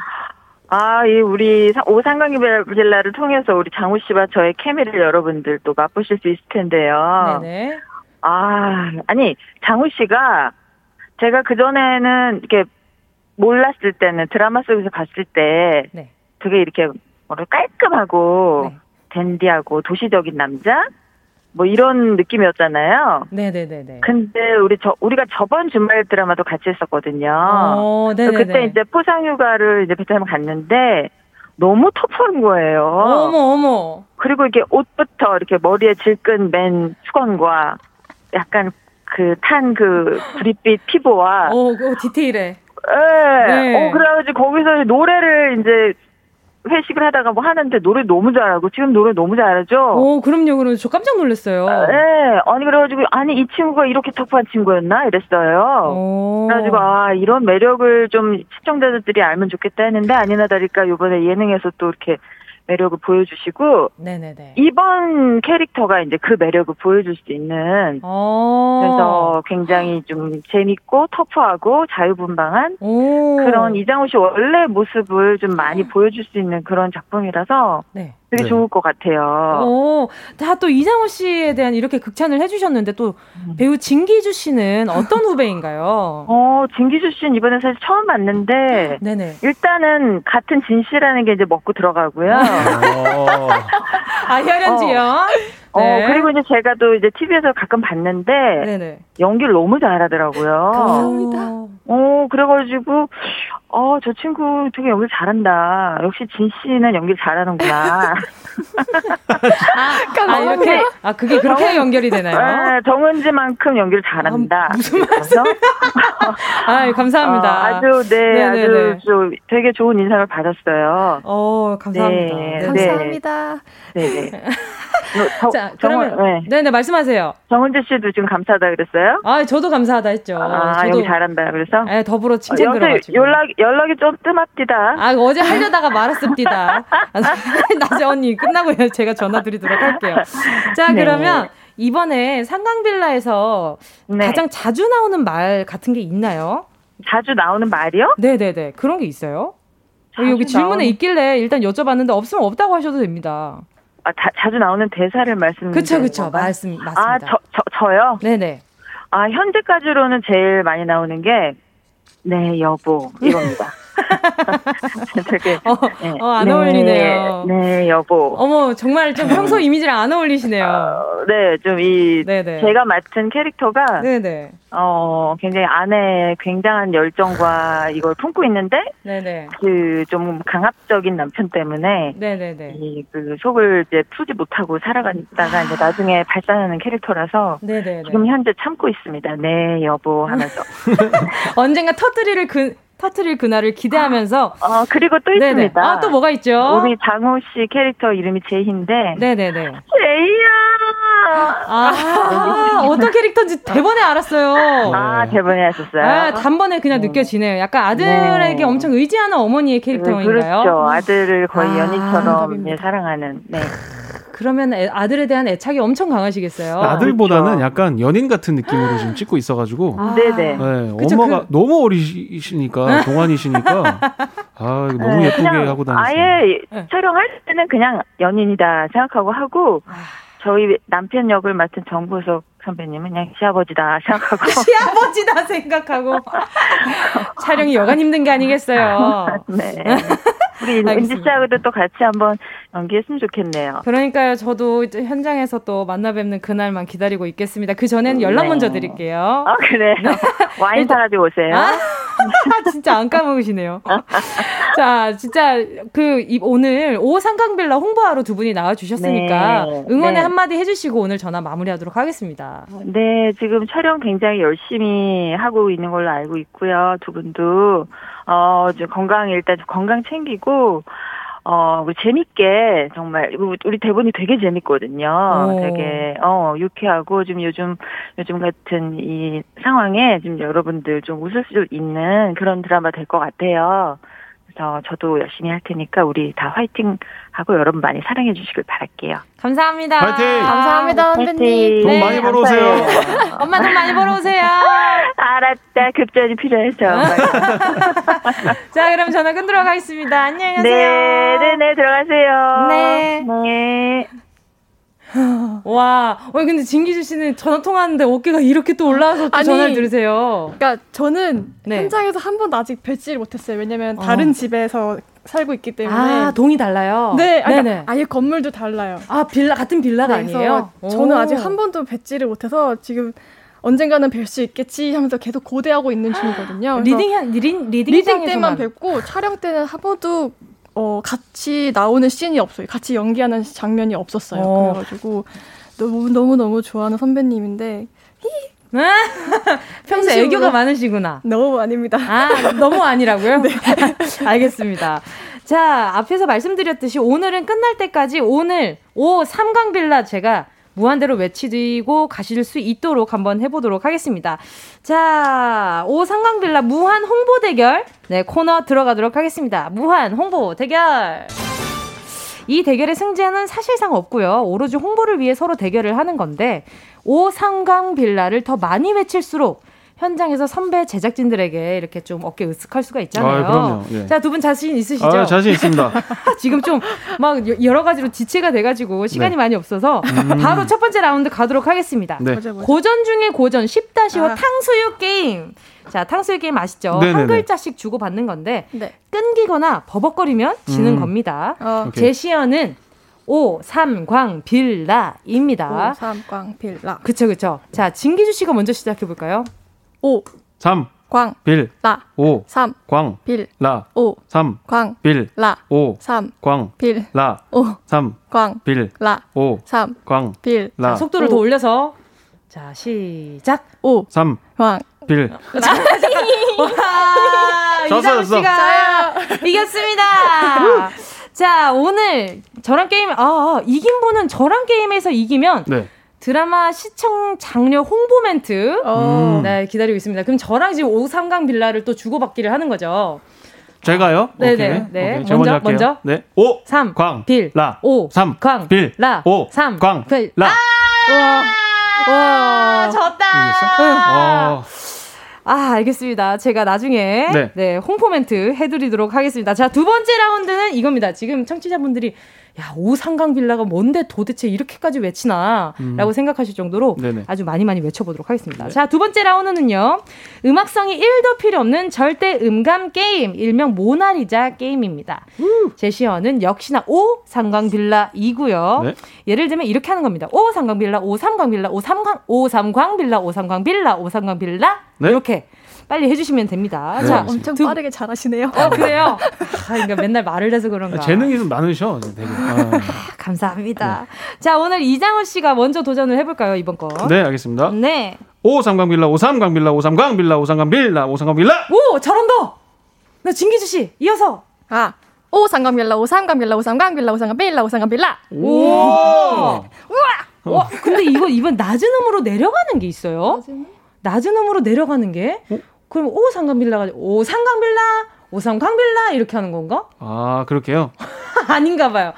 아, 이 우리 사- 오상강이 빌라를 통해서 우리 장우 씨와 저의 케미를 여러분들 또 맛보실 수 있을 텐데요. 네네. 아, 아니, 장우 씨가 제가 그전에는 이렇게 몰랐을 때는 드라마 속에서 봤을 때 네. 되게 이렇게 뭐랄 깔끔하고 네. 댄디하고 도시적인 남자? 뭐 이런 느낌이었잖아요. 네네네네. 근데 우리 저 우리가 저번 주말 드라마도 같이 했었거든요. 어, 그래서 네네네. 그때 이제 포상휴가를 이제 베트남 갔는데 너무 터프한 거예요. 어머 어머. 그리고 이게 옷부터 이렇게 머리에 질끈 맨 수건과 약간 그 탄 그 구릿빛 피부와 어, 어 디테일해. 예. 네. 어 그래가지고 거기서 노래를 이제 회식을 하다가 뭐 하는데 노래 너무 잘하고 지금 노래 너무 잘하죠. 어, 그럼요 그럼 저 깜짝 놀랐어요. 예. 아니 그래가지고 아니 이 친구가 이렇게 터프한 친구였나 이랬어요. 어. 그래가지고 아 이런 매력을 좀 시청자들이 알면 좋겠다 했는데 아니나 다를까 요번에 예능에서 또 이렇게 매력을 보여주시고 네네네. 이번 캐릭터가 이제 그 매력을 보여줄 수 있는 어. 그래서 굉장히 좀 재밌고 터프하고 자유분방한 오. 그런 이장우 씨 원래 모습을 좀 어. 많이 보여줄 수 있는 그런 작품이라서 네. 되게 네. 좋을 것 같아요. 오, 다 또 이장호 씨에 대한 이렇게 극찬을 해주셨는데 또 배우 진기주 씨는 어떤 후배인가요? 음. 어, 진기주 씨는 이번에 사실 처음 봤는데 네네. 일단은 같은 진 씨라는 게 이제 먹고 [LAUGHS] 들어가고요. 네. 어, 아, 혈연지연. 네. 어, 그리고 이제 제가 또 이제 TV에서 가끔 봤는데 네네. 연기를 너무 잘하더라고요. 어, 그래가지고, 어, 저 친구 되게 연기를 잘한다. 역시 진 씨는 연기를 [LAUGHS] 잘하는구나. 아, 아, 이렇게. 아, 그게 그렇게 연결이 되나요? 어. 네, 정은지만큼 연기를 잘한다. 무슨 말이죠? 아, 감사합니다. 아주, 네, 네네네. 아주 좀 되게 좋은 인상을 받았어요. 어, 감사합니다. 네, 네네. 감사합니다. [LAUGHS] 네네. 어, 저- 자, 정은, 그러면 네. 네, 네, 말씀하세요. 정은지 씨도 지금 감사하다 그랬어요? 아, 저도 감사하다 했죠. 아, 저도 연기 잘한다 그래서? 예, 더불어 칭찬 어, 요새 들어가지고. 연락, 연락이 좀 뜸합디다. 아, 어제 하려다가 말았습니다. [LAUGHS] 아, 낮에 언니 끝나고 제가 전화 드리도록 할게요. 자, 네. 그러면 이번에 상강빌라에서 네. 가장 자주 나오는 말 같은 게 있나요? 자주 나오는 말이요? 네네네. 그런 게 있어요? 자주 여기 질문에 나오는- 있길래 일단 여쭤봤는데 없으면 없다고 하셔도 됩니다. 아, 자, 자주 나오는 대사를 말씀드리는 그쵸, 그쵸. 건가요? 말씀, 맞습니다. 음, 네. 아, 저, 저, 저요? 네네. 아, 현재까지로는 제일 많이 나오는 게, 네, 여보, 이겁니다. [LAUGHS] 되게 어, 네. 어, 안 어울리네요. 네, 네, 여보. 어머, 정말 좀 평소 이미지랑 안 어울리시네요. 어, 네, 좀 이 네네. 제가 맡은 캐릭터가 네네. 어 굉장히 아내의 굉장한 열정과 이걸 품고 있는데 네네. 그 좀 강압적인 남편 때문에 네네네. 이 그 속을 이제 풀지 못하고 살아갔다가 이제 나중에 발산하는 캐릭터라서 네네네. 지금 현재 참고 있습니다. 네, 여보 하면서. 언젠가 터트릴 그, 터트릴 그날을 기대하면서. 어 그리고 또 네네. 있습니다. 아, 또 뭐가 있죠? 우리 장우 씨 캐릭터 이름이 제희인데 네네네. 제이야. [LAUGHS] 아, 어떤 캐릭터인지 대번에 알았어요. 아 네. 대본에 하셨어요. 음. 아, 단번에 그냥 느껴지네요. 약간 아들에게 네. 엄청 의지하는 어머니의 네, 캐릭터인가요? 음. 그렇죠. 아들을 거의 아, 연인처럼 정답입니다. 예, 사랑하는. 네. 그러면 애- 아들에 대한 애착이 엄청 강하시겠어요. 아들보다는 그렇죠. 약간 연인 같은 느낌으로 지금 찍고 있어가지고 아, 네네. 네, 그쵸, 엄마가 너무 [LAUGHS] 어리시니까 동안이시니까 아 너무 네, 예쁘게 그냥 하고 다니시네. 아예 네. 촬영할 때는 그냥 연인이다 생각하고 하고 아. 저희 남편 역을 맡은 정보석 선배님은 그냥 시아버지다 생각하고 [LAUGHS] 시아버지다 생각하고 [LAUGHS] 촬영이 여간 힘든 게 아니겠어요. [LAUGHS] 네. 우리 알겠습니다. 은지 씨하고도 또 같이 한번 연기했으면 좋겠네요. 그러니까요, 저도 이제 현장에서 또 만나 뵙는 그날만 기다리고 있겠습니다. 그 전에는 연락 네. 먼저 드릴게요. 아 [LAUGHS] 그래요. 와인 일단- 사가지고 오세요. 아, [LAUGHS] 진짜 안 까먹으시네요. [LAUGHS] 자, 진짜 그 이- 오늘 오상강빌라 홍보하러 두 분이 나와주셨으니까 네. 응원의 네. 한마디 해주시고 오늘 전화 마무리하도록 하겠습니다. 네, 지금 촬영 굉장히 열심히 하고 있는 걸로 알고 있고요. 두 분도 어, 이제 건강 일단 좀 건강 챙기고 어, 우리 재밌게 정말 이거 우리 대본이 되게 재밌거든요. 오. 되게 어, 유쾌하고 좀 요즘 요즘 같은 이 상황에 지금 여러분들 좀 웃을 수 있는 그런 드라마 될 것 같아요. 그래서 저도 열심히 할 테니까 우리 다 화이팅 하고 여러분 많이 사랑해 주시길 바랄게요. 감사합니다. 화이팅! 아, 감사합니다, 선배님. 화이팅. 돈 많이 벌어오세요. 네, 감사해요. 엄마 돈 많이 벌어오세요. 알았다. 급전이 아, 필요해서. 자, 그럼 전화 끊도록 하겠습니다. 안녕히 네, 가세요. 네, 네, 들어가세요. 네. 네. 와, 어 근데 진기주 씨는 전화 통화하는데 어깨가 이렇게 또 올라와서 또 아니. 전화를 들으세요. 그러니까 저는 네. 현장에서 한 번도 아직 뵙지를 못했어요. 왜냐면 어. 다른 집에서 살고 있기 때문에. 아, 동이 달라요. 네, 아니, 네네. 아예 건물도 달라요. 아, 빌라 같은 빌라가 네, 아니에요. 그래서 저는 오. 아직 한 번도 뵙지를 못해서 지금 언젠가는 뵐 수 있겠지 하면서 계속 고대하고 있는 중이거든요. 어, 그래서 리딩 한- 리딩 리딩 리딩 때만 상에서만. 뵙고 촬영 때는 한 번도 어, 같이 나오는 씬이 없어요. 같이 연기하는 장면이 없었어요. 어. 그래가지고 너무 너무 너무 좋아하는 선배님인데 평소 팬심으로. 애교가 많으시구나. 너무 아닙니다. [LAUGHS] 아, 너무 아니라고요? 네. [LAUGHS] 알겠습니다. 자, 앞에서 말씀드렸듯이 오늘은 끝날 때까지 오늘 오 삼강 빌라 제가 무한대로 외치고 가실 수 있도록 한번 해보도록 하겠습니다. 자, 오 삼강 빌라 무한 홍보 대결 네 코너 들어가도록 하겠습니다. 무한 홍보 대결. 이 대결의 승자는 사실상 없고요. 오로지 홍보를 위해 서로 대결을 하는 건데 오상강 빌라를 더 많이 외칠수록 현장에서 선배 제작진들에게 이렇게 좀 어깨 으쓱할 수가 있잖아요. 아, 그럼요. 예. 자, 두 분 자신 있으시죠? 아, 자신 있습니다. [LAUGHS] 지금 좀 막 여러 가지로 지체가 돼가지고 시간이 네. 많이 없어서 바로 첫 번째 라운드 가도록 하겠습니다. 네. 맞아, 맞아. 고전 중에 고전 10-5 아. 탕수육 게임. 자, 탕수육 게임 아시죠? 네네네. 한 글자씩 주고 받는 건데 네. 끊기거나 버벅거리면 지는 음. 겁니다. 어, 오케이. 제시어는 오, 삼, 광, 빌, 라입니다. 오삼광필라 그쵸, 그쵸. 자, 진기주 씨가 먼저 시작해볼까요? 삼, 광, 빌, 라, 오, 삼, 광, 빌, 라, 오, 삼, 광, 빌, 라, 오, 삼, 광, 빌, 라, 오, 삼, 광, 빌, 라, 오, 삼, 광, 빌, 자, 라, 속도를 더 올려서. 자, 시작. 오, 삼, 광. 빌. [LAUGHS] 와, 졌어, 이장우 졌어. 씨가 [LAUGHS] 이겼습니다. 자, 오늘 저랑 게임, 아, 아, 이긴 분은 저랑 게임에서 이기면 네. 드라마 시청 장려 홍보 멘트. 어. 음. 네, 기다리고 있습니다. 그럼 저랑 지금 오삼강 빌라를 또 주고받기를 하는 거죠. 제가요? 네네, 오케이. 네. 오케이. 제가 먼저, 먼저, 할게요. 먼저. 네. 오, 삼, 광, 빌, 라, 오, 삼, 광, 빌, 라, 오, 삼, 광, 빌, 라. 와, 와, 졌다. 아, 아, 알겠습니다. 제가 나중에 네, 네. 홍보 멘트 해드리도록 하겠습니다. 자, 두 번째 라운드는 이겁니다. 지금 청취자분들이 야, 오상강 빌라가 뭔데 도대체 이렇게까지 외치나? 라고 생각하실 정도로 음. 네네. 네. 아주 많이 많이 외쳐보도록 하겠습니다. 자, 두 번째 라운드는요. 음악성이 1도 필요 없는 절대 음감 게임, 일명 모나리자 게임입니다. 제시어는 역시나 오 상강 빌라 이고요. 네. 예를 들면 이렇게 하는 겁니다. 오 상강 빌라, 오 삼강 빌라, 오 삼강, 오 삼광 빌라, 오 삼광 빌라, 오 삼광 빌라 네. 이렇게 빨리 해주시면 됩니다. 네, 자, 알겠습니다. 엄청 아, 두- 빠르게 잘하시네요. 어 그래요. 아, 그러니까 맨날 말을 해서 그런가. 어, 아, 재능이 좀 많으셔. 되게. 아. 아, 감사합니다. 자, 오늘 이장훈 씨가 먼저 도전을 해볼까요 이번 거? 네, 알겠습니다. 네. 오삼강빌라, 오삼강빌라, 오삼강빌라, 오삼강빌라, 오삼강빌라. 오 잘한다. 나 진기주 씨 이어서. 아, 오 상감빌라, 오 상감빌라, 오 상감빌라, 오 상감빌라, 오 상감빌라. 오! 와, 어, 근데 이거 이번 낮은 음으로 내려가는 게 있어요. 음? 낮은 음으로 내려가는 게 그럼 오 상강빌라 가지고 오 상강빌라 오 상강빌라 이렇게 하는 건가? [LAUGHS] 아, 그렇게요? 아닌가 봐요.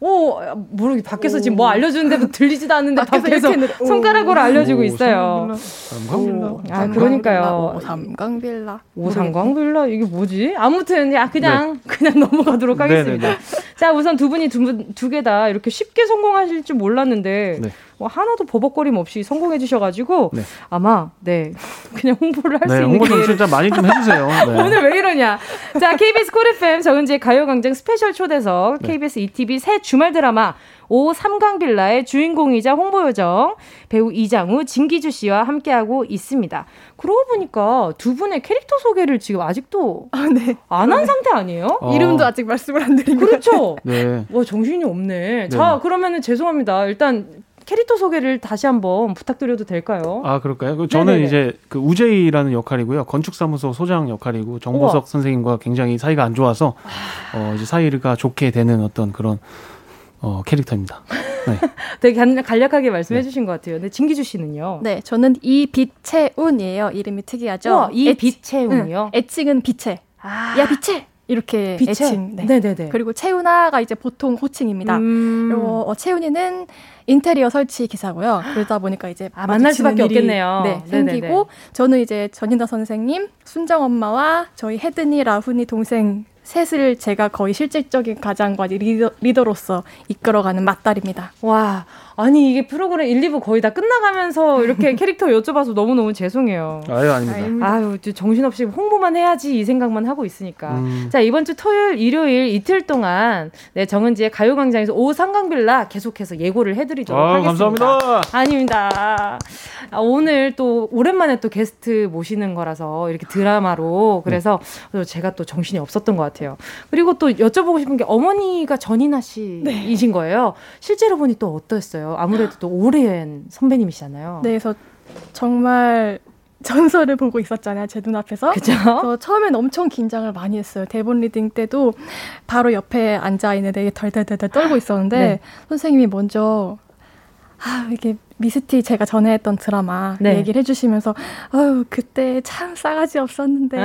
오 모르게 밖에서 지금 뭐 알려주는데 뭐 들리지도 않는데 [LAUGHS] 밖에서 밖에서, 이렇게 했는데, 오. 손가락으로 알려주고 오, 있어요. 삼강빌라, 삼강빌라. 아 그러니까요. 오 상감빌라. 오 상강빌라 이게 뭐지? 아무튼 야 그냥 그냥 [LAUGHS] 넘어가도록 하겠습니다. 네. 네네네. 자 우선 두 분이 두 개 다 이렇게 쉽게 성공하실 줄 몰랐는데 네. 뭐 하나도 버벅거림 없이 성공해 주셔가지고 네. 아마 아마 네 [LAUGHS] 그냥 홍보를 할 수 네, 있는 홍보 좀 기회를 진짜 많이 좀 해주세요. 네. [LAUGHS] 오늘 왜 이러냐. 자, KBS 콜 FM 정은지의 가요광장 스페셜 초대석 네. KBS ETV 새 주말 드라마 오 삼강빌라의 주인공이자 홍보요정 배우 이장우, 진기주 씨와 함께하고 있습니다. 그러고 보니까 두 분의 캐릭터 소개를 지금 아직도 아, 네. 안 한 상태 아니에요? 어, 이름도 아직 말씀을 안 드린 거예요. 그렇죠? [LAUGHS] 네. 와, 정신이 없네. 자, 그러면은 죄송합니다. 일단 캐릭터 소개를 다시 한번 부탁드려도 될까요? 아 그럴까요? 그 저는 네네네. 이제 그 우재이라는 역할이고요. 건축사무소 소장 역할이고 정보석 우와. 선생님과 굉장히 사이가 안 좋아서 어, 이제 사이가 좋게 되는 어떤 그런 어, 캐릭터입니다. 네. 되게 간- 간략하게 말씀해 주신 것 같아요. 근데 진기주 씨는요? 네, 저는 이빛채운이에요. 이름이 특이하죠. 우와, 이 네. 애칭- 빛채운이요? 아. 응, 애칭은 빛채. 야 빛채 이렇게 빛의- 애칭. 네. 네네네. 그리고 채운아가 이제 보통 호칭입니다. 음. 그리고 어, 채운이는 인테리어 설치 기사고요. 그러다 보니까 이제 아, 만날 마주치는 수밖에 일이, 없겠네요. 네, 네네네. 생기고 저는 이제 전인다 선생님, 순정 엄마와 저희 혜든이, 라훈이 동생 셋을 제가 거의 실질적인 가장과 리더, 리더로서 이끌어가는 맞딸입니다. 와, 아니 이게 프로그램 1, 2부 거의 다 끝나가면서 이렇게 캐릭터 여쭤봐서 너무너무 죄송해요. 아유 아닙니다. 아유, 이제 정신없이 홍보만 해야지 이 생각만 하고 있으니까. 음. 자, 이번 주 토요일, 일요일 이틀 동안 네, 정은지의 가요광장에서 오 상강빌라 계속해서 예고를 해드리도록 아 하겠습니다. 감사합니다. 아닙니다. 아, 오늘 또 오랜만에 또 게스트 모시는 거라서 이렇게 드라마로 네. 그래서 또 제가 또 정신이 없었던 것 같아요. 그리고 또 여쭤보고 싶은 게 어머니가 전이나 네. 씨이신 거예요. 실제로 보니 또 어떠셨어요? 아무래도 또 오랜 선배님이시잖아요. 네, 그래서 정말 전설을 보고 있었잖아요. 제 눈앞에서. 그죠? 그래서 처음엔 엄청 긴장을 많이 했어요. 대본 리딩 때도 바로 옆에 앉아 있는 애 덜덜덜덜 떨고 있었는데 네. 선생님이 먼저 아 이게 미스티 제가 전에 했던 드라마 네. 얘기를 해주시면서 아유 그때 참 싸가지 [LAUGHS] 없었는데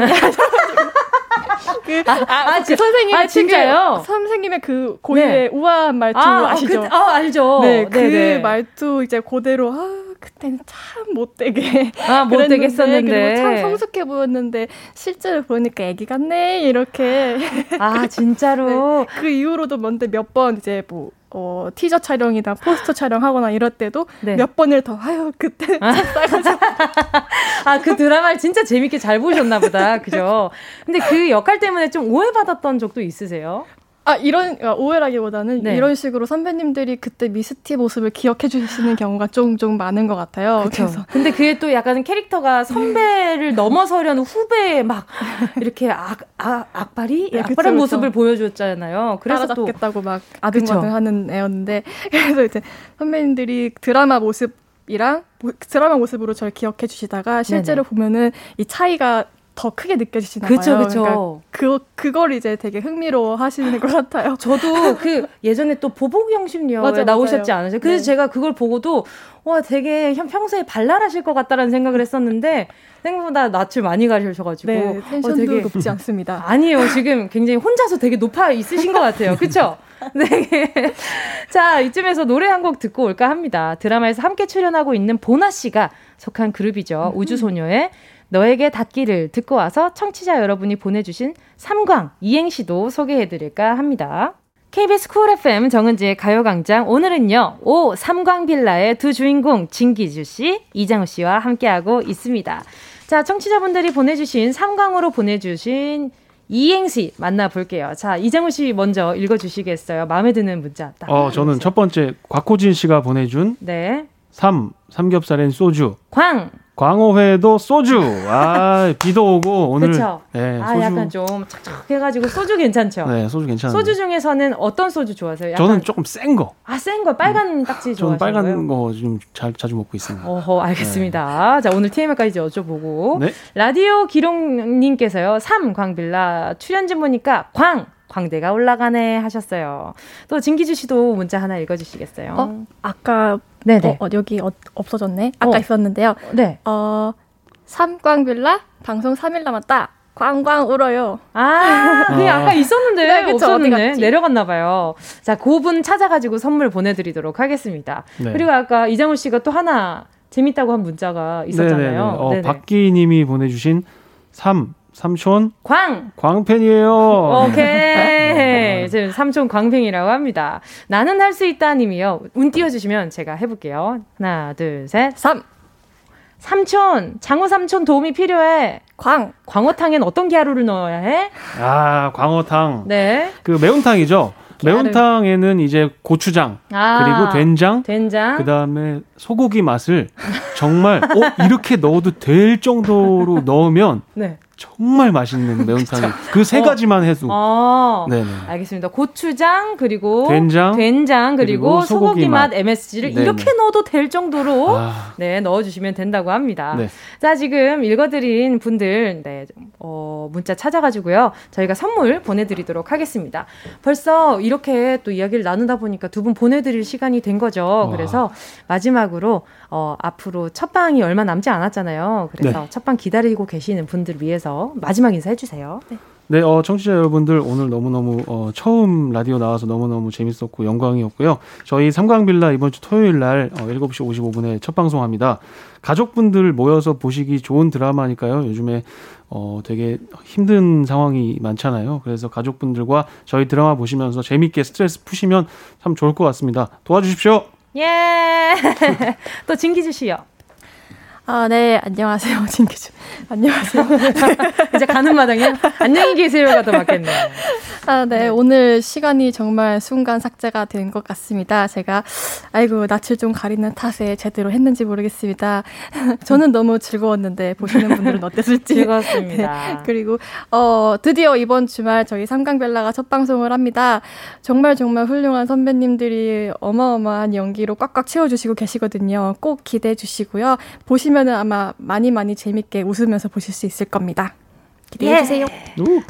그, 아, 그 선생님 아, 진짜요? 네. 선생님의 그 고유의 우아한 말투 아, 아, 시죠 그, 아, 알죠. 네, 그 네네. 말투 이제 그대로 아 그때는 참 못되게 아, 못 그랬는데, 되겠었는데. 그리고 참 성숙해 보였는데 실제로 보니까 애기 같네 이렇게 아, 진짜로. 그 이후로도 뭔데 몇 번 이제 뭐 어, 티저 촬영이나 포스터 촬영하거나 이럴 때도 네. 몇 번을 더 아유 그때 아, 그 드라마를 진짜 재밌게 잘 보셨나 보다. 그죠? 근데 그 역할 때문에 좀 오해받았던 적도 있으세요? 아 이런 아, 오해라기보다는 네. 이런 식으로 선배님들이 그때 미스티 모습을 기억해 주시는 경우가 종종 많은 것 같아요. 그쵸. 어, 그래서 근데 그게 또 약간 캐릭터가 선배를 넘어서려는 후배의 막 이렇게 악, 아, 악, 악발이? 네, 그쵸, 악발한 그쵸. 모습을 보여줬잖아요. 그래서 또. 따라잡겠다고 막 아등바등 하는 애였는데 [LAUGHS] 그래서 이제 선배님들이 드라마 모습 이랑 드라마 모습으로 저를 기억해 주시다가 실제로 보면은 이 차이가 더 크게 느껴지시나 봐요. 그쵸, 그쵸. 그러니까 그 그걸 이제 되게 흥미로워 하시는 것 같아요. 저도 그 예전에 또 보복 영심녀에 맞아, 나오셨지 맞아요. 않으세요? 그래서 네. 제가 그걸 보고도 와 되게 현- 평소에 발랄하실 것 같다라는 생각을 했었는데 생각보다 낯을 많이 가셔가지고 네, 텐션도 어, 되게 높지 않습니다. 아니에요. 지금 굉장히 혼자서 되게 높아 있으신 것 같아요. 그쵸? 네. 자, 이쯤에서 노래 한 곡 듣고 올까 합니다. 드라마에서 함께 출연하고 있는 보나 씨가 속한 그룹이죠. 우주소녀의 너에게 닿기를 듣고 와서 청취자 여러분이 보내주신 삼광 이행시도 소개해드릴까 합니다. KBS 쿨 FM 정은지의 가요광장 오늘은요 오 삼광빌라의 두 주인공 진기주 씨, 이장우 씨와 함께하고 있습니다. 자 청취자분들이 보내주신 삼광으로 보내주신 이행시 만나볼게요. 자 이장우 씨 먼저 읽어주시겠어요? 마음에 드는 문자 딱. 어, 저는 첫 번째 곽호진 씨가 보내준 네, 삼 삼겹살엔 소주. 광. 광어회도 소주. 아, 비도 오고 오늘 그쵸. 네, 아 약간 좀 촉촉해가지고 소주 괜찮죠? 네, 소주 괜찮아요. 소주 중에서는 어떤 소주 좋아하세요? 약간 저는 조금 센 거. 아센 거 빨간 딱지 저는 좋아하시는 빨간 거예요? 거 좀 자주 먹고 있습니다. 어허, 알겠습니다. 자, 오늘 TMI까지 여쭤보고. 네. 라디오 기록님께서요, 삼 광빌라 출연진 보니까 광! 광대가 올라가네 하셨어요. 또 진기주 씨도 문자 하나 아, 읽어주시겠어요? 어, 아까 네네. 어, 어, 여기 어, 없어졌네. 아까 어. 있었는데요. 네. 어, 삼광빌라 방송 3일 남았다. 광광 울어요. 아, 그게 아. 아. 까 있었는데 네, 그쵸. 어디 없었네. 갔지? 내려갔나 봐요. 자, 그분 찾아가지고 선물 보내드리도록 하겠습니다. 네. 그리고 아까 이장훈 씨가 또 하나 재밌다고 한 문자가 네네네. 있었잖아요. 어, 네네. 박기 님이 보내주신 삼, 삼촌, 광! 광팬이에요. 어. 네. [LAUGHS] 오케이. 지금 삼촌 광팽이라고 합니다. 나는 할 수 있다 님이요. 운 띄워주시면 제가 해볼게요. 하나, 둘, 셋. 3. 삼촌, 장우 삼촌 도움이 필요해. 광. 광어탕엔 어떤 가루를 넣어야 해? 아, 광어탕. 네. 그 매운탕이죠. 매운탕에는 이제 고추장, 아, 그리고 된장, 된장. 그 다음에 소고기 맛을 정말, 어, 이렇게 넣어도 될 정도로 넣으면 네. 정말 맛있는 매운탕이 그 세 어. 가지만 해도. 어. 네네. 알겠습니다. 고추장 그리고 된장, 된장, 그리고, 그리고 소고기, 소고기 맛, 맛. MSG를 네네. 이렇게 넣어도 될 정도로 아. 네 넣어주시면 된다고 합니다. 네. 자 지금 읽어드린 분들 네, 좀, 어, 문자 찾아가지고요 저희가 선물 보내드리도록 하겠습니다. 벌써 이렇게 또 이야기를 나누다 보니까 두 분 보내드릴 시간이 된 거죠. 그래서 마지막으로 어, 앞으로 첫 방이 얼마 남지 않았잖아요. 그래서 네. 첫 방 기다리고 계시는 분들 위해서 마지막 인사 해주세요. 네, 어, 청취자 여러분들 오늘 너무너무 어, 처음 라디오 나와서 너무너무 재밌었고 영광이었고요. 저희 삼광빌라 이번 주 토요일 날 어, 7시 55분에 첫 방송합니다. 가족분들 모여서 보시기 좋은 드라마니까요. 요즘에 어, 되게 힘든 상황이 많잖아요. 그래서 가족분들과 저희 드라마 보시면서 재밌게 스트레스 푸시면 참 좋을 것 같습니다. 도와주십시오. 예. [LAUGHS] 또 진기주 씨요. 아, 네. 안녕하세요. [LAUGHS] 진기주. 안녕하세요. 이제 가는 마당에 안녕히 계세요가 더 맞겠네요. [LAUGHS] 아, 네. 오늘 시간이 정말 순간 삭제가 된 것 같습니다. 제가, 아이고, 낯을 좀 가리는 탓에 제대로 했는지 모르겠습니다. [LAUGHS] 저는 너무 즐거웠는데, 보시는 분들은 어땠을지. 네. 즐거웠습니다. 네. 그리고, 어, 드디어 이번 주말 저희 삼강벨라가 첫 방송을 합니다. 정말 정말 훌륭한 선배님들이 어마어마한 연기로 꽉꽉 채워주시고 계시거든요. 꼭 기대해 주시고요. 보시면은 아마 많이 많이 재밌게 웃으면서 보실 수 있을 겁니다. 예. 기대해 주세요.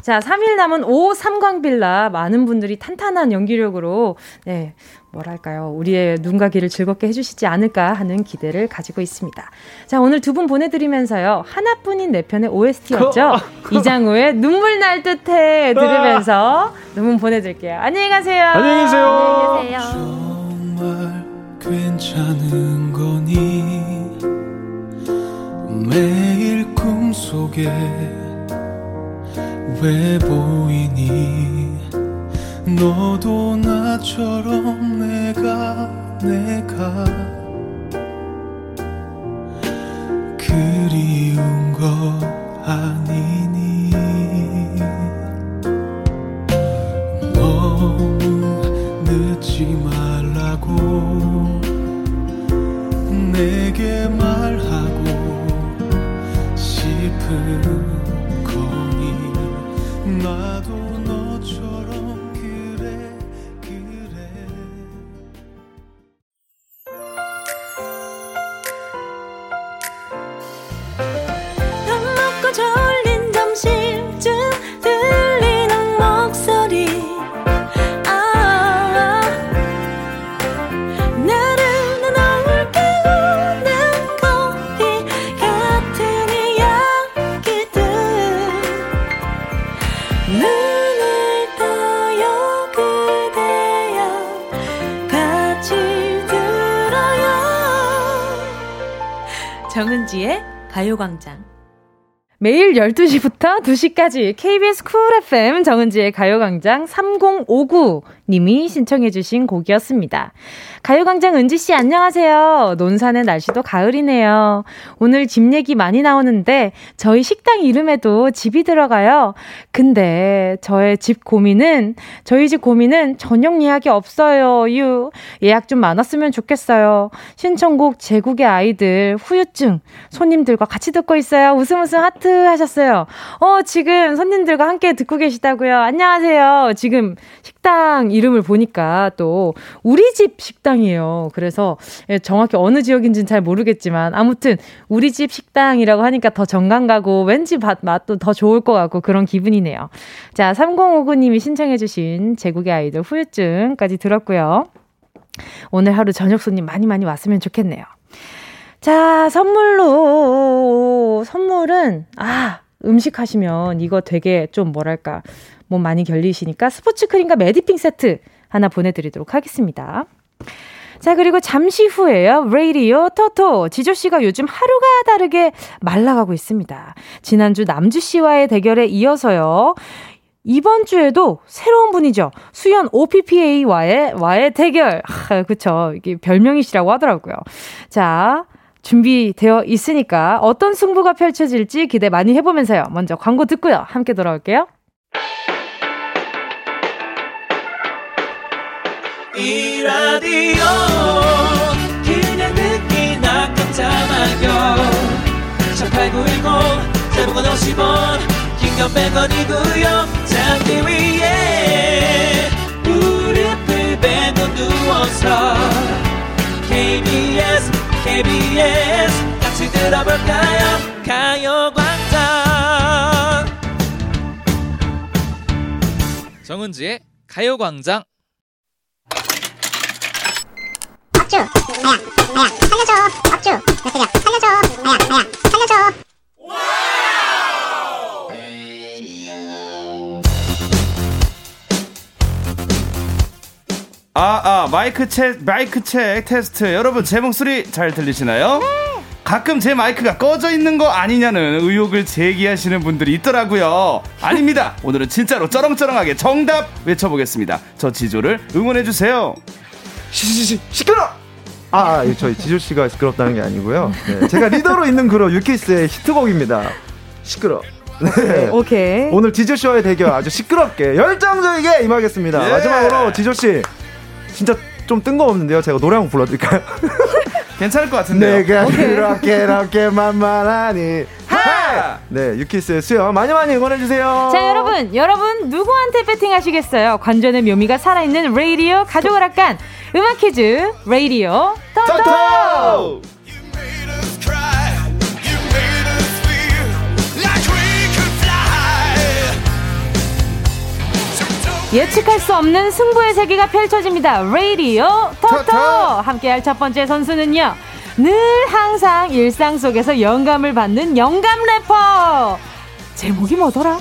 자, 3일 남은 5 삼광빌라 많은 분들이 탄탄한 연기력으로 네, 뭐랄까요? 우리의 눈과 귀를 즐겁게 해 주시지 않을까 하는 기대를 가지고 있습니다. 자, 오늘 두 분 보내 드리면서요. 하나뿐인 내 편의 OST였죠. 이장우의 눈물 날 듯해 들으면서 두분 보내 드릴게요. 아. 안녕히 가세요. 안녕히 계세요. 정말 괜찮은 거니 매일 꿈속에 왜 보이니 너도 나처럼 내가 내가 그리운 거 아니니 너무 늦지 말라고 내게 말하고 싶은 거니 나도 너처럼 그래 그래 밥 먹고 졸린 점심쯤 들리는 목소리 아 나른한 얼굴 깨우는 커피 같은 이야기들 눈을 떠요 그대여 같이 들어요 정은지의 가요광장. 매일 12시부터 2시까지 KBS 쿨 FM 정은지의 가요광장 3059님이 신청해주신 곡이었습니다. 가요광장 은지씨 안녕하세요. 논산의 날씨도 가을이네요. 오늘 집 얘기 많이 나오는데 저희 식당 이름에도 집이 들어가요. 근데 저의 집 고민은, 저희 집 고민은 저녁 예약이 없어요. 유. 예약 좀 많았으면 좋겠어요. 신청곡 제국의 아이들 후유증 손님들과 같이 듣고 있어요. 웃음 웃음 하트 하셨어요. 어, 지금 손님들과 함께 듣고 계시다고요. 안녕하세요. 지금 식당 이름을 보니까 또 우리 집 식당이에요. 그래서 예, 정확히 어느 지역인지는 잘 모르겠지만 아무튼 우리 집 식당이라고 하니까 더 정감 가고 왠지 맛, 맛도 더 좋을 것 같고 그런 기분이네요. 자, 3059님이 신청해주신 제국의 아이들 후유증까지 들었고요. 오늘 하루 저녁 손님 많이 많이 왔으면 좋겠네요. 자, 선물로, 선물은, 아, 음식 하시면 이거 되게 좀 뭐랄까, 몸 많이 결리시니까 스포츠 크림과 메디핑 세트 하나 보내드리도록 하겠습니다. 자, 그리고 잠시 후에요. 레이디오 토토. 지조씨가 요즘 하루가 다르게 말라가고 있습니다. 지난주 남주씨와의 대결에 이어서요. 이번 주에도 새로운 분이죠. 수연 OPPA와의 와의 대결. 아, 그쵸. 이게 별명이시라고 하더라고요. 자, 준비되어 있으니까 어떤 승부가 펼쳐질지 기대 많이 해보면서요. 먼저 광고 듣고요. 함께 돌아올게요. 이 라디오 그냥 듣기나 깜짝마요 18910 대목원 50원 긴건 100원이고요 잠기 위에 무릎을 베고 누워서 KBS KBS 같이 들어볼까요 가요광장 정은지의 가요광장 아, 아, 마이크 체 마이크 체크 테스트. 여러분, 제 목소리 잘 들리시나요? 네. 가끔 제 마이크가 꺼져 있는 거 아니냐는 의혹을 제기하시는 분들이 있더라고요. [LAUGHS] 아닙니다. 오늘은 진짜로 쩌렁쩌렁하게 정답 외쳐보겠습니다. 저 지조를 응원해주세요. 시시시, 시끄러! 아, 아, 저희 지조 씨가 시끄럽다는 게 아니고요. 네, 제가 리더로 있는 그룹 유키스의 히트곡입니다. 시끄러. 네. 오케이. 오늘 지조 씨와의 대결 아주 시끄럽게 열정적이게 임하겠습니다. 예. 마지막으로 지조 씨 진짜 좀 뜬금없는데요. 제가 노래 한 곡 [LAUGHS] 불러드릴까요? 괜찮을 것 같은데요. 내가 그렇게 이렇게 만만하니. 하! 네, 유키스의 수요 많이 많이 응원해 주세요. 자, 여러분, 여러분, 누구한테 배팅하시겠어요? 관전의 묘미가 살아있는 레이디오 가족을 약간 음악 퀴즈, 레이디오 토토! 토토! 예측할 수 없는 승부의 세계가 펼쳐집니다. 레이디오 토토! 토토! 함께할 첫 번째 선수는요. 늘 항상 일상 속에서 영감을 받는 영감 래퍼! 제목이 뭐더라?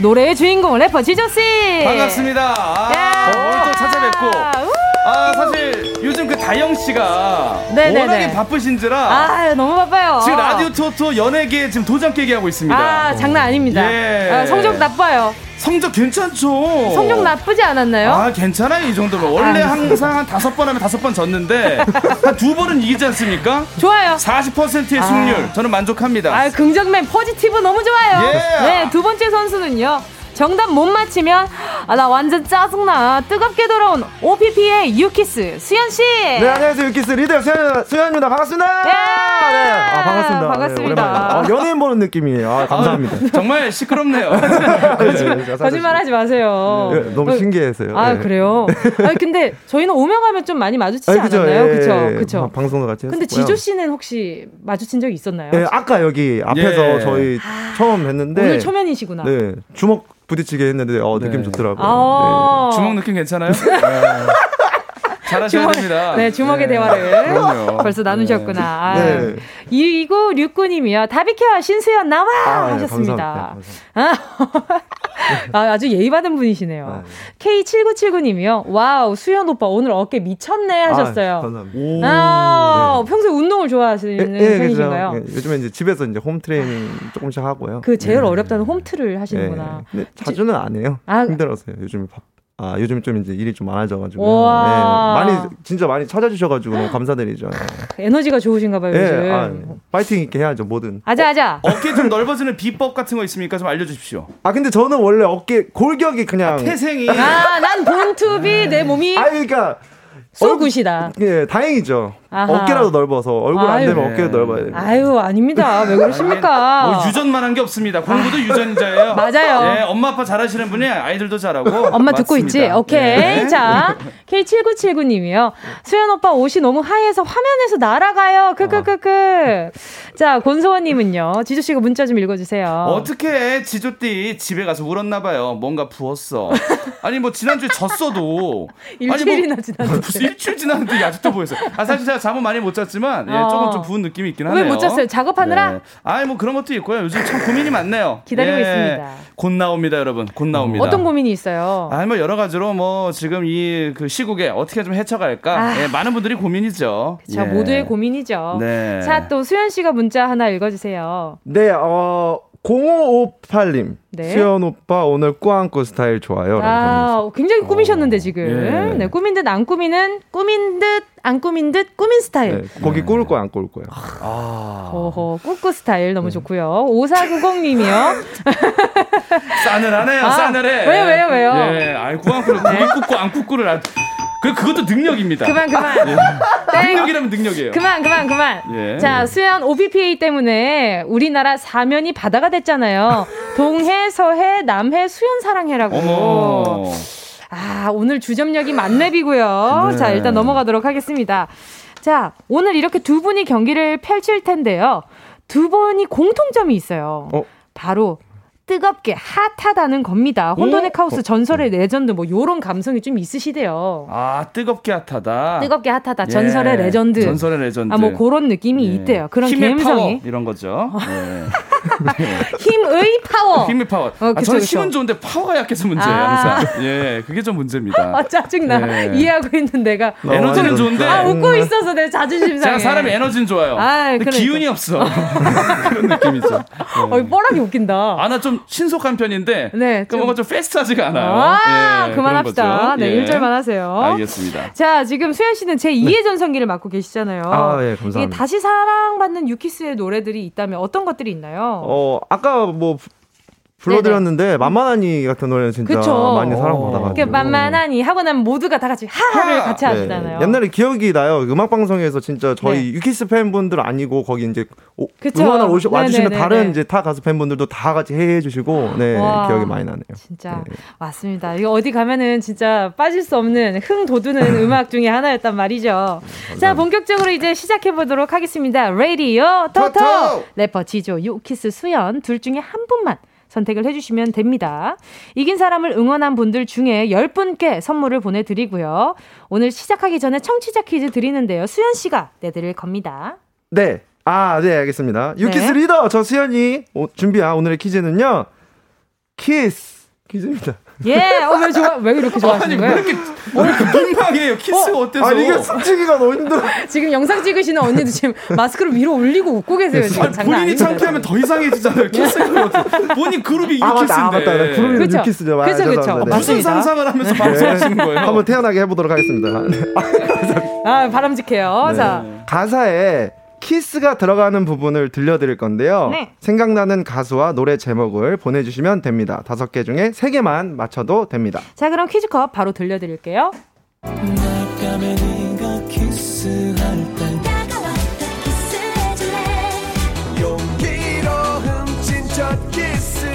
노래의 주인공 래퍼 지조씨! 반갑습니다. 아, 오늘 또 찾아뵙고. 아, 사실 요즘 그 다영씨가 네네네. 워낙에 바쁘신지라 아, 너무 바빠요. 지금 라디오 토토 연예계에 지금 도장 깨기 하고 있습니다. 아, 장난 아닙니다. 예. 아, 성적 나빠요. 성적 괜찮죠? 성적 나쁘지 않았나요? 아 괜찮아요 이 정도면 원래 아. 항상 한 다섯 번 하면 다섯 번 졌는데 한 두 번은 이기지 않습니까? 좋아요. 40%의 아. 승률 저는 만족합니다. 아, 긍정맨 포지티브 너무 좋아요. 예. 네, 두 번째 선수는요. 정답 못 맞히면 아, 나 완전 짜증나. 뜨겁게 돌아온 OPP의 유키스 수현 씨. 네, 안녕하세요. 유키스 리더 수현, 수현입니다. 반갑습니다. 예. 네, 아, 반갑습니다. 반갑습니다. 네, 오랜만이다. 아, 연예인 보는 느낌이에요. 아, 아, 감사합니다. 정말 시끄럽네요. 아, 거짓말, 거짓말하지 마세요. 예, 너무 신기해서요. 아 예. [LAUGHS] 그래요. 아 근데 저희는 오며 가면 좀 많이 마주치지 아니, 않았나요? 예, 그죠, 예. 그죠. 방- 방송도 같이 근데 했었고요. 지조 씨는 혹시 마주친 적이 있었나요? 예, 아까 여기 앞에서 예. 저희 처음 했는데 오늘 초면이시구나. 네, 주먹 부딪히게 했는데 어, 네. 느낌 좋더라고요. 네. 아, 주먹 느낌 [LAUGHS] 괜찮아요? 잘하셔야 됩니다. 네, 주먹의 대화를 그럼요. 벌써 나누셨구나. 네. 아유. 네. 이고 류꾸님이요. 다비켜 신수연 나와 아, 예, 하셨습니다. 감사합니다. 네, 감사합니다. 아, [LAUGHS] 아, 아주 예의 받은 분이시네요. K7979님이요. 와우, 수현 오빠 오늘 어깨 미쳤네 아, 하셨어요. 감사합니다. 오. 아, 네. 평소에 운동을 좋아하시는 편이신가요? 예, 요즘에 이제 집에서 이제 홈 트레이닝 조금씩 하고요. 그 제일 네. 어렵다는 홈트를 하시는구나. 네. 근데 자주는 안 해요. 아. 힘들어서요. 요즘 밥. 아 요즘 좀 이제 일이 좀 많아져가지고 우와. 네, 많이 진짜 많이 찾아주셔가지고 너무 감사드리죠. 에너지가 좋으신가 봐요, 예, 요즘. 아, 파이팅 있게 해야죠 뭐든. 아자, 아자. 어깨 좀 넓어지는 비법 같은 거 있습니까? 좀 알려주십시오. 아 근데 저는 원래 어깨 골격이 그냥 태생이 아, 난 본투비 내 몸이 아 그러니까 쏘굿이다. 예 다행이죠. 아하. 어깨라도 넓어서 얼굴 안 아유. 되면 어깨도 넓어야 돼요. 아유, 아닙니다. 왜 그러십니까? 뭐 유전만 한 게 없습니다. 공부도 [LAUGHS] 유전자예요. 맞아요. 예, 엄마 아빠 잘하시는 분이 아이들도 잘하고. 어. [LAUGHS] 엄마 듣고 맞습니다. 있지? 오케이. [LAUGHS] 예. 자, K7979님이요. 수현 오빠 옷이 너무 하얘서 화면에서 날아가요. 크크크크. 자, 권소원님은요. 지주씨가 문자 좀 읽어주세요. 어떻게 지조띠 집에 가서 울었나 봐요. 뭔가 부었어. 아니 뭐 지난주에 졌어도 [LAUGHS] 일주일이나 지났는데. 뭐 무슨 일주일 지났는데 아직도 보였어. 아 사실 제가 잠은 많이 못 잤지만 예, 조금 어. 좀 부은 느낌이 있긴 하네요. 왜 못 잤어요? 작업하느라? 아니 뭐 그런 것도 있고요. 요즘 참 고민이 많네요. 예, 기다리고 있습니다. 음. 곧 나옵니다, 여러분. 곧 나옵니다. 어떤 고민이 있어요? 아니 뭐 여러 가지로 뭐 지금 이 그 시국에 어떻게 좀 헤쳐갈까 아. 예, 많은 분들이 고민이죠. 자, 예. 모두의 고민이죠. 네. 자, 또 수현씨가 문자 하나 읽어주세요. 네, 어 0558님 네. 수현 오빠 오늘 꾸안꾸 스타일 좋아요. 라고 아, 굉장히 꾸미셨는데, 어, 지금. 예. 네, 꾸민 듯 안 꾸미는, 꾸민 듯 안 꾸민 듯 꾸민 스타일. 보내주셨어요. 네, 거기 꿀 거야 안 꿀 거야. 아, 어허, 아. 꾸꾸 스타일 네. 너무 좋고요. 5490님이요. 싸늘하네요. 아, 싸늘해. 왜요, 왜요, 왜요? 네. 예, 아이 꾸안꾸를 고기 굽고 안 굽고를 안. 그 그것도 능력입니다. 예. 그만, 그만. 땡. 능력이라면 능력이에요. 그만, 그만, 그만. 예. 자, 수현 OPPA 때문에 우리나라 사면이 바다가 됐잖아요. 동해, 서해, 남해, 수현 사랑해라고. 어머. 아, 오늘 주점력이 만렙이고요. 네. 자, 일단 넘어가도록 하겠습니다. 자, 오늘 이렇게 두 분이 경기를 펼칠 텐데요. 두 분이 공통점이 있어요. 어? 바로 뜨겁게 핫하다는 겁니다. 혼돈의 어? 카오스 전설의 레전드 뭐 요런 감성이 좀 있으시대요. 아 뜨겁게 핫하다. 뜨겁게 핫하다. 예. 전설의 레전드. 전설의 레전드. 아, 뭐 그런 느낌이 예. 있대요. 그런 힘의 감성이. 파워 이런 거죠. 예. 힘의 파워. 힘의 파워. 어, 아, 그쵸, 저는 그쵸. 힘은 좋은데 파워가 약해서 문제예요. 아. 항상. 예, 그게 좀 문제입니다. 아, 짜증나. 예. 어, 이해하고 있는 내가. 에너지는 좋은데 아, 웃고 있어서 내 자존심 상해. 제가 사람의 에너지는 좋아요. 아, 근데 그러니까. 기운이 없어. [LAUGHS] 그런 느낌이죠. 어, 뻘하게 웃긴다. 아, 나 좀 신속한 편인데. 네, 그 좀- 뭔가 좀 패스트하지가 않아요. 아, 예, 그런 그만합시다. 거죠. 네, 예. 일절만 하세요. 알겠습니다. 네. 자, 지금 수현 씨는 제 2의 전성기를 맡고 계시잖아요. 아, 예, 감사합니다. 이게 다시 사랑받는 유키스의 노래들이 있다면 어떤 것들이 있나요? 어 아까 뭐 부- 불러드렸는데 만만하니 같은 노래는 진짜 그쵸. 많이 그 사랑받아가지고. 만만하니 하고 나면 모두가 다 같이 하하를 같이 하잖아요. 네. 옛날에 기억이 나요. 그 음악 방송에서 진짜 저희 네. 유키스 팬분들 아니고 거기 이제 오- 그쵸. 응원하러 오시, 와주시는 네네네네. 다른 이제 타 가수 팬분들도 다 같이 해해 주시고 네 와. 기억이 많이 나네요. 진짜 네. 맞습니다. 이거 어디 가면은 진짜 빠질 수 없는 흥 [LAUGHS] 돋우는 음악 중에 하나였단 말이죠. 네, 자, 본격적으로 이제 시작해 보도록 하겠습니다. 레디오 토토 토토! 래퍼 지조 유키스 수연 둘 중에 한 분만 선택을 해주시면 됩니다. 이긴 사람을 응원한 분들 중에 10분께 선물을 보내드리고요. 오늘 시작하기 전에 청취자 퀴즈 드리는데요. 수연 씨가 내드릴 겁니다. 네. 아, 네, 알겠습니다. 유키스 리더 저 수현이 오- 준비한 오늘의 퀴즈는요. 키스 퀴즈입니다. 예, 어, 왜, 좋아, 왜 이렇게 아니, 좋아하시는 왜 거예요? 이렇게, 왜 이렇게 민망해요? 키스가 어? 때서 아, 이게 숨치기가 너무 힘들어. 지금 영상 찍으시는 언니도 지금 마스크를 위로 올리고 웃고 계세요. 지금 장난 본인이 아니거든요. 창피하면 더 이상해지잖아요. 키스가 어떻게- 본인 그룹이 이 아, 키스인데. 맞다, 아, 맞다. 나 그룹이 그쵸? 유키스죠. 아, 그렇죠. 그쵸, 그쵸. 죄송합니다. 맞습니다. 네. 무슨 상상을 하면서 방송하시는 어, 거예요? 한번 태연하게 해보도록 하겠습니다. 아, 바람직해요. 자, 가사에 키스가 들어가는 부분을 들려드릴 건데요. 네. 생각나는 가수와 노래 제목을 보내주시면 됩니다. 다섯 개 중에 세 개만 맞춰도 됩니다. 자 그럼 퀴즈컵 바로 들려드릴게요. 용기로 훔친 첫 키스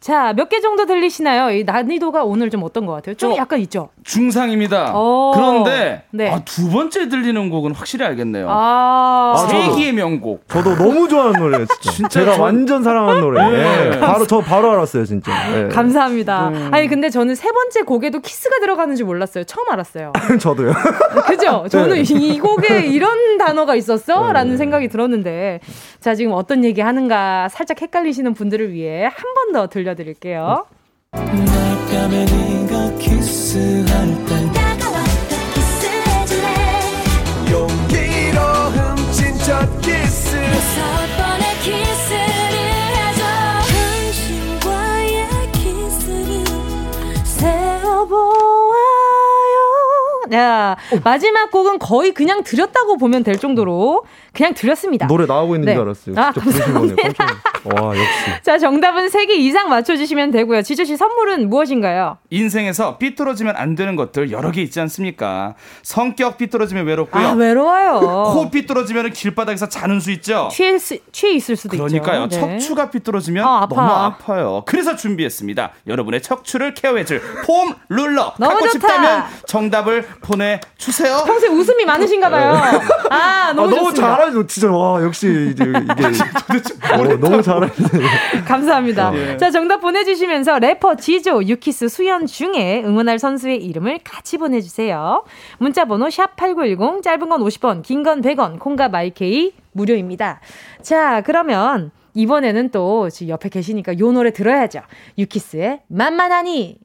자, 몇 개 정도 들리시나요? 이 난이도가 오늘 좀 어떤 것 같아요? 좀 저- 약간 있죠? 중상입니다. 오. 그런데 네. 아, 두 번째 들리는 곡은 확실히 알겠네요. 아, 아, 저도. 세기의 명곡. 저도 너무 좋아하는 노래예요, 진짜. 제가 전- 완전 사랑하는 노래. 예 네. 바로 저 바로 알았어요, 진짜. 예. 감사합니다. 아니, 근데 저는 세 번째 곡에도 키스가 들어가는 줄 몰랐어요. 처음 알았어요. [LAUGHS] 저도요. 그죠? 저는 [LAUGHS] 네. 이 곡에 [LAUGHS] 이런 단어가 있었어? 라는 생각이 들었는데. 자, 지금 어떤 얘기 하는가 살짝 헷갈리시는 분들을 위해 한 번 더 들려드릴게요. 밤에 네가 키스할 때 용기로 훔친 첫 키스 세어보아요. 야, 마지막 곡은 거의 그냥 드렸다고 보면 될 정도로 그냥 드렸습니다. 노래 나오고 있는 네. 줄 알았어요. 아, 진짜 부르신 거네요. 깜짝 놀랐어요. 와, [LAUGHS] 역시. 자, 정답은 3개 이상 맞춰주시면 되고요. 지조씨 선물은 무엇인가요? 인생에서 삐뚤어지면 안 되는 것들 여러 개 있지 않습니까? 성격 삐뚤어지면 외롭고요. 아, 외로워요. 코 삐뚤어지면 길바닥에서 자는 수 있죠. 취해, 수- 취해 있을 수도 그러니까요. 있죠. 네. 척추가 삐뚤어지면 아, 아파. 너무 아파요. 그래서 준비했습니다. 여러분의 척추를 케어해줄 폼 룰러. 너무 갖고 좋다. 싶다면 정답을 보내주세요. 평소에 웃음이 많으신가 봐요. 네. 아, 아, 너무, 너무 좋습니다. 잘하죠, 진짜. 와, 역시 이제 이게 어, 너무 뭐. 잘하시네요. 감사합니다. 예. 자, 정답 보내주시면서 래퍼 지조, 유키스, 수연 중에 응원할 선수의 이름을 같이 보내주세요. 문자번호 샵8910, 짧은 건 50원, 긴 건 100원, 콩과 마이케이 무료입니다. 자, 그러면 이번에는 또 지금 옆에 계시니까 요 노래 들어야죠. 유키스의 만만하니.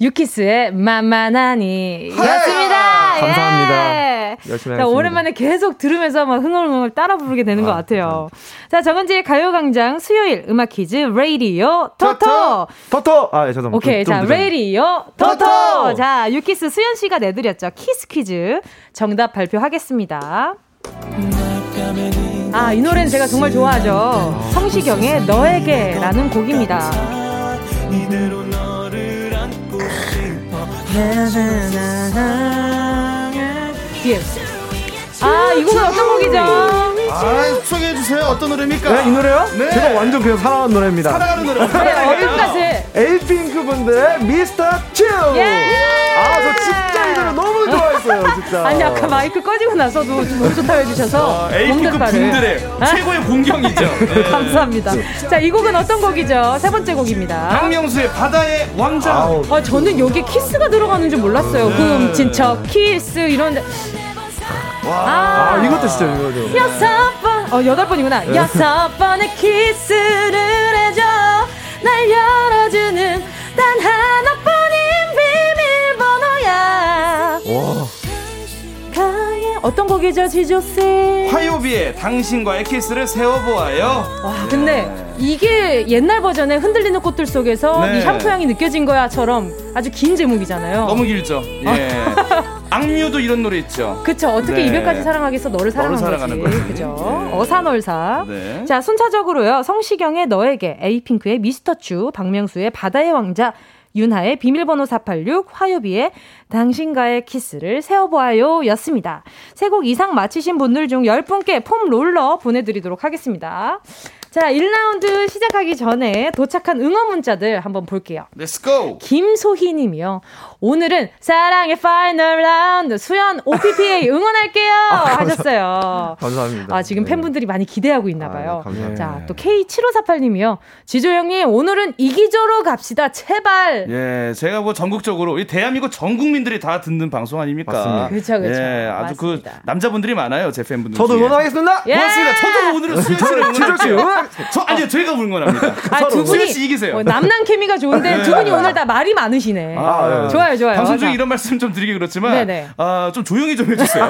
유키스의 만만하니. 네. 였습니다. 감사합니다. 예. 열심히 자, 하겠습니다. 오랜만에 계속 들으면서 막 흥얼흥얼 따라 부르게 되는 것 같아요. 그렇죠. 자, 정은지의 가요광장 수요일 음악 퀴즈 레이디오 토토! 토토! 아, 예, 죄송합니다. 오케이, 좀 자, 늦었네요. 레이디오 토토! 토토! 자, 유키스 수연씨가 내드렸죠. 키스 퀴즈 정답 발표하겠습니다. 아, 이 노래는 제가 정말 좋아하죠. 성시경의 너에게라는 곡입니다. 뒤에. 예. 아, 이 곡은 어떤 곡이죠? 아, 소개해주세요. 어떤 노래입니까? 네, 이 노래요? 네. 제가 완전 그냥 사랑하는 노래입니다. 사랑하는 노래. 아, 네, 어디까지? 에이핑크 분들의 미스터 츄! 예! 아, 저 진짜 이 노래 너무 좋아했어요, 진짜. 아니 아까 마이크 꺼지고 나서도 너무 좋다고 해주셔서 에이핑크 몸대파를. 아, 분들의 아? 최고의 [LAUGHS] 공경이죠. 네. 감사합니다. 자 이 곡은 어떤 곡이죠? 세 번째 곡입니다. 박명수의 바다의 왕자. 네. 아우, 아 저는 여기 키스가 들어가는 줄 몰랐어요. 훔친 척 키스 이런. 아, 아, 이것도 진짜 이거죠. 여섯 번, 어 여덟 네. 번이구나. 여섯 번의 키스를 해줘. 날 열어주는 단 하나뿐인 비밀번호야. 와, 가의 어떤 곡이죠, 지조 씨? 화요비의 당신과의 키스를 세워보아요. 와, 근데 이게 옛날 버전의 흔들리는 꽃들 속에서 네. 이 향토 향이 느껴진 거야처럼 아주 긴 제목이잖아요. 너무 길죠. 예. 악뮤도 이런 노래 있죠. 그쵸 어떻게 네. 이별까지 사랑하겠어 너를 사랑한 사랑하는 거지 거지. 그죠 네. 어사널사 네. 자 순차적으로요 성시경의 너에게 에이핑크의 미스터 츄 박명수의 바다의 왕자 윤하의 비밀번호 486 화요비의 당신과의 키스를 세어보아요 였습니다 세 곡 이상 맞히신 분들 중 10분께 폼 롤러 보내드리도록 하겠습니다 자 1라운드 시작하기 전에 도착한 응원 문자들 한번 볼게요 Let's go. 김소희 님이요. 오늘은 사랑의 파이널 라운드 수연 OPPA 응원할게요. 하셨어요. 감사합니다. 아, 지금 네. 팬분들이 많이 기대하고 있나 아, 봐요. 네, 감사합니다. 자, 또 K7548 님이요. 지조 형님, 오늘은 이기조로 갑시다. 제발. 예, 제가 뭐 전국적으로 이 대한민국 전 국민들이 다 듣는 방송 아닙니까? 맞습니다. 그쵸, 그쵸. 예, 아주 맞습니다. 그 남자분들이 많아요, 제 팬분들. 저도 중에. 응원하겠습니다! 예! 고맙습니다. 저도 오늘은 수현 씨를 지적 씨 응원할게요. 응원! 저 아니요, 저희가 응원합니다. 아, 두 수현 분이 씨 이기세요. 어, 남남 케미가 좋은데 두 분이 오늘 다 말이 많으시네. 아, 예. [LAUGHS] 좋아요, 좋아요. 방송 중에 자, 이런 말씀 좀 드리기 그렇지만 네네. 아, 좀 조용히 좀 해주세요.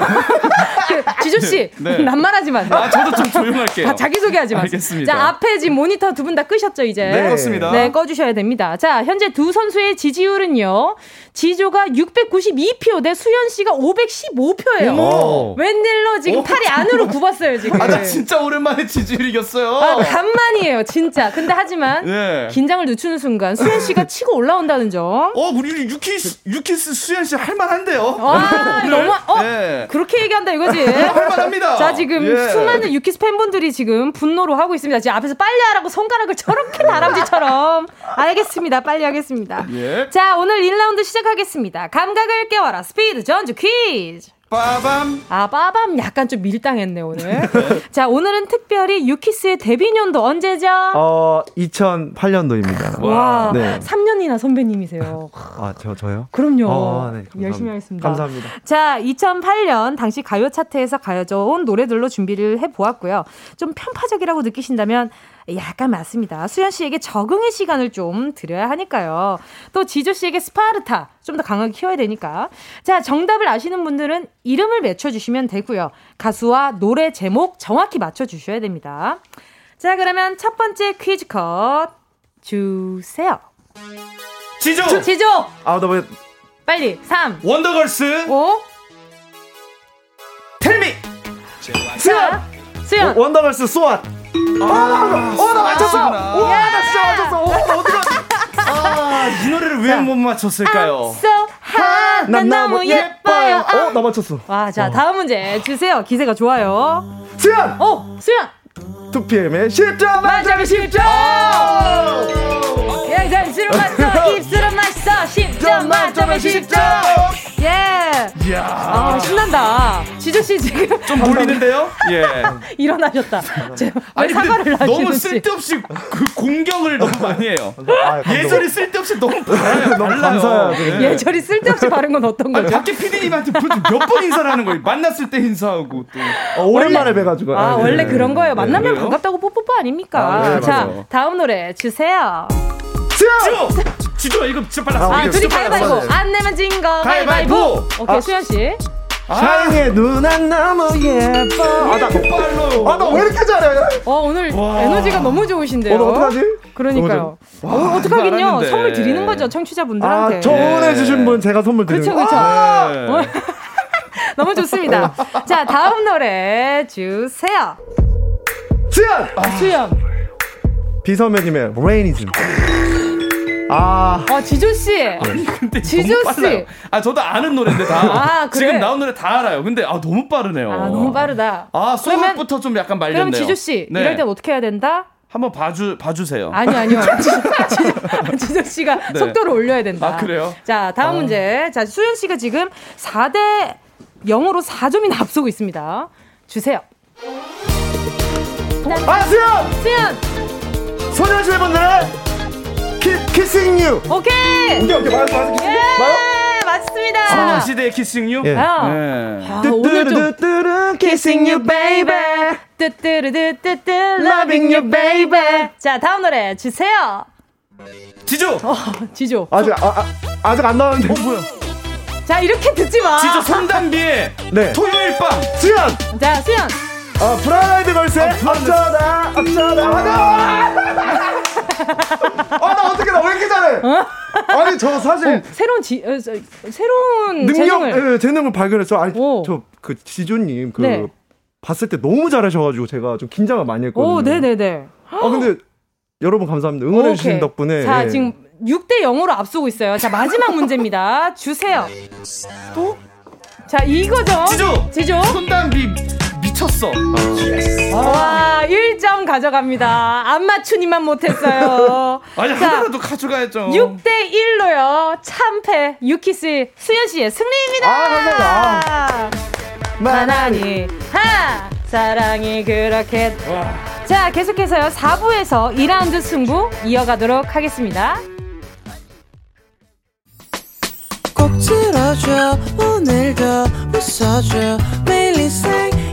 그, 지조 씨, [LAUGHS] 네. 남말하지 마세요. 아, 저도 좀 조용할게요. 다 자기소개하지 마세요. 알겠습니다. 자, 앞에 지금 모니터 두 분 다 끄셨죠, 이제? 네, 그렇습니다. 네, 꺼주셔야 됩니다. 자, 현재 두 선수의 지지율은요. 지조가 692표 대 수현 씨가 515표예요. 어머. 웬일로 지금 오. 팔이 안으로 굽었어요, 지금. 아, 나 진짜 오랜만에 지지율 이겼어요. 네. 아, 간만이에요, 진짜. 근데 하지만 예. 긴장을 늦추는 순간 수현 씨가 치고 올라온다는 점. 어, 우리 유키스, 유키스 수현 씨 할만한데요. 와, 너무 어 네. 그렇게 얘기한다 이거지. 할만합니다. 자, 지금 예. 수많은 유키스 팬분들이 지금 분노로 하고 있습니다. 지금 앞에서 빨리 하라고 손가락을 저렇게 다람쥐처럼. 알겠습니다. 빨리 하겠습니다. 예. 자, 오늘 1라운드 시작하겠습니다. 감각을 깨워라. 스피드 전주 퀴즈. 빠밤. 아, 빠밤 약간 좀 밀당했네, 오늘. 자, 오늘은 특별히 유키스의 데뷔년도 언제죠? 어 2008년도입니다. 와, 네. 3년이나 선배님이세요. 아, 저 저요? 그럼요. 아, 네, 감사합니다. 어. 열심히 하겠습니다. 감사합니다. 자, 2008년 당시 가요 차트에서 가져온 노래들로 준비를 해보았고요. 좀 편파적이라고 느끼신다면 약간 맞습니다. 수현 씨에게 적응의 시간을 좀 드려야 하니까요. 또 지조 씨에게 스파르타 좀 더 강하게 키워야 되니까. 자, 정답을 아시는 분들은 이름을 맞춰주시면 되고요. 가수와 노래 제목 정확히 맞춰주셔야 됩니다. 자, 그러면 첫 번째 퀴즈 컷 주세요. 지조. 지조! 아, 나 왜? 빨리 3 원더걸스. 5 텔미. 수연 수연 원더걸스 소아. 아, 어, 나 맞췄어. 맞췄구나. 와, 나 예! 진짜 맞췄어. 어, 나 어디가? 아이 노래를 왜 못 맞췄을까요? so hot 아, 난 너무 예뻐요 뭐 어, 나 맞췄어. 와자 다음 문제 주세요 기세가 좋아요 수연. 오 수연 2PM의 아, 10점 만점이 10점. 어! 예 입술은 맛있어 입술은 맛있어 10점 만점에 10점 예 이야. 아, 신난다. 지조씨 지금 좀 몰리는데요? 예. [LAUGHS] 일어나셨다. 제- 왜 아니 근데 사과를 너무 하시는지. 쓸데없이 그 공격을 너무 많이 해요. 아, 감동. 예절이 [LAUGHS] 쓸데없이 너무 달라요. 너무 달라요. 감사해요, 네. 그래. 예. 예절이 쓸데없이 바른 건 어떤 아니, 거죠? 밖에 PD님한테 몇 번 인사를 하는 거예요. 만났을 때 인사하고 또. 어, 오랜만에 뵈가지고. 아, 네. 원래 그런 거예요. 만나면 그래요? 반갑다고 뽀뽀뽀 아닙니까? 네. 아, 네, 자, 맞아요. 다음 노래 주세요. 수연. 지조! 지조 이거 진짜 빨랐어. 아, 아, 둘이 진짜 가위바위보. 빨랐어. 안 내면 진 거. 가위바위보. 가위바위보. 오케이, 아. 수현 씨. 샤이니의 눈안 너무 예뻐. 아, 나, 빨로. 아, 나 왜 이렇게 잘해? 어, 오늘 와. 에너지가 너무 좋으신데요. 오늘 어떡하지? 그러니까요. 와, 어, 어떡하긴요. 잘하는데. 선물 드리는 거죠, 청취자분들한테. 아, 예. 조언해주신 분 제가 선물 드리는 그쵸, 어? 거. 그쵸. 네. 너무 [LAUGHS] 좋습니다. 자, 다음 노래 주세요. 수연! 아. 수현. 비선배님의 레이니즘. 아, 어, 지조씨. 근데 지조 너무 씨. 빨라요. 아 저도 아는 노래인데 다. 아, 그래? 지금 나온 노래 다 알아요. 근데 아 너무 빠르네요. 아, 너무 빠르다. 그러면- 아 소음부터 좀 약간 말렸네요. 그럼 지조씨. 네. 이럴 땐 어떻게 해야 된다? 한번 봐주 봐주세요. 아니요, 아니요. [LAUGHS] 지조, 지조 씨가 네. 속도를 올려야 된다. 아, 그래요? 자, 다음 문제. 자, 수현 씨가 지금 4대 0으로 4점이나 앞서고 있습니다. 주세요. 아, 수연! 수현! 소녀시대분들의 키, 키싱 유. 네. 오케이! 오케이, 오케이, 맞아, 맞아. 키싱 유. 맞아요? 네, 맞습니다. 시대의 키싱유. 예. 아, 네. 아, 오늘 좀 뚜뚜루뚜뚜루, 키싱 유, 베이베. 뜨뜨르뜨뜨뜨 loving you baby. 자, 다음 노래 주세요. 어, 지조. 지조. 아직, 아, 아, 아직 안 나왔는데. 어, 뭐야? 자, 이렇게 듣지 마. 지조 손담비의 네. 토요일 밤. 수연! 자, 수현. 아, 브라이드 걸스의 어쩌다, 어쩌다, 하다! 아, 나 어떻게, 나 왜 이렇게 잘해? 아니, 저 사실. 새로운 지 어, 저, 새로운 능력 예, 재능을 재능을, 재능을 발견했어. 아니 오. 저 그 지조님 그 네. 봤을 때 너무 잘하셔가지고 제가 좀 긴장을 많이 했거든요. 오, 네, 네, 네. 아 근데 여러분 감사합니다. 응원해 주신 오케이. 덕분에. 자, 예. 지금 6대 0으로 앞서고 있어요. 자, 마지막 문제입니다. 주세요. 또? 자, 이거죠. 지조! 지조. 손담비 미쳤어. 아, 와, 1점 가져갑니다. 안 맞추니만 못했어요. [LAUGHS] 아니 자, 하나라도 가져가야죠. 6대 1로요. 참패 유키스 수현 씨의 승리입니다. 아, 감사합니다. 아. 가난이 하 사랑이 그렇게 자 계속해서요 4부에서 2라운드 승부 이어가도록 하겠습니다 꼭 들어줘 오늘도 웃어줘 매일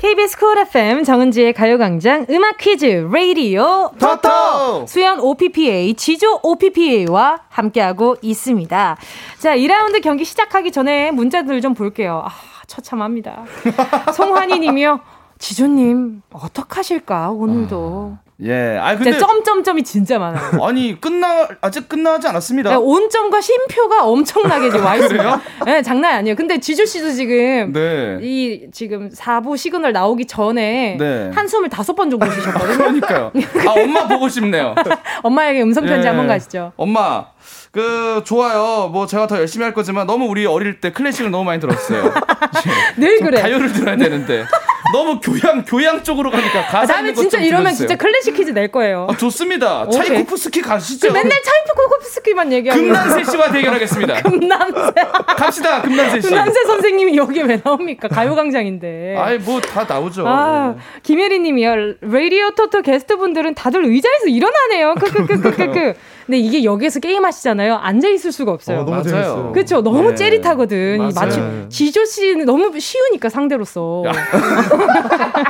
KBS 쿨 FM 정은지의 가요광장 음악 퀴즈 레이디오 토토! 수연 OPPA, 지조 OPPA와 함께하고 있습니다. 자, 2라운드 경기 [LAUGHS] 시작하기 전에 문제들을 좀 볼게요. 아, 처참합니다. 송환이 님이요. 지조님 어떡하실까 오늘도. 예. 아 진짜 근데 점점점이 진짜 많아요. 아니 끝나 아직 끝나지 않았습니다. 네, 온점과 심표가 엄청나게 지금 와 있어요. 그래요? 네, 장난 아니에요. 근데 지조 씨도 지금 네. 이 지금 4부 시그널 나오기 전에 네. 한숨을 다섯 번 정도 쉬셨거든요. [LAUGHS] 그러니까요. 아 엄마 보고 싶네요. 엄마에게 음성 편지 예. 한번 가시죠. 엄마, 그 좋아요. 뭐 제가 더 열심히 할 거지만 너무 우리 어릴 때 클래식을 너무 많이 들었어요. 늘 그래. 가요를 들어야 되는데 너무 교양 교양 쪽으로 가니까 아, 가사 다음에 있는 것 진짜 좀 이러면 들어주세요. 진짜 클래식 퀴즈 낼 거예요. 아, 좋습니다. 오케이. 차이코프스키 가시죠. 그럼 맨날 차이프코프스키만 얘기하고. 금난세 씨와 [LAUGHS] 대결하겠습니다. [LAUGHS] 금난세. 갑시다, 금난세 [LAUGHS] 씨. 금난세 선생님이 여기 왜 나옵니까? 가요광장인데. 아이 뭐 다 나오죠. 네. 아, 김혜리 님이요. 라디오 토토 게스트 분들은 다들 의자에서 일어나네요. [LAUGHS] 크크크크크크. 근데 이게 여기에서 게임 하시잖아요. 앉아 있을 수가 없어요. 어, 너무 맞아요. 재밌어요. 그렇죠. 너무 네. 짜릿하거든. 이 마치 맞아요. 지조 씨는 너무 쉬우니까 상대로서. [LAUGHS]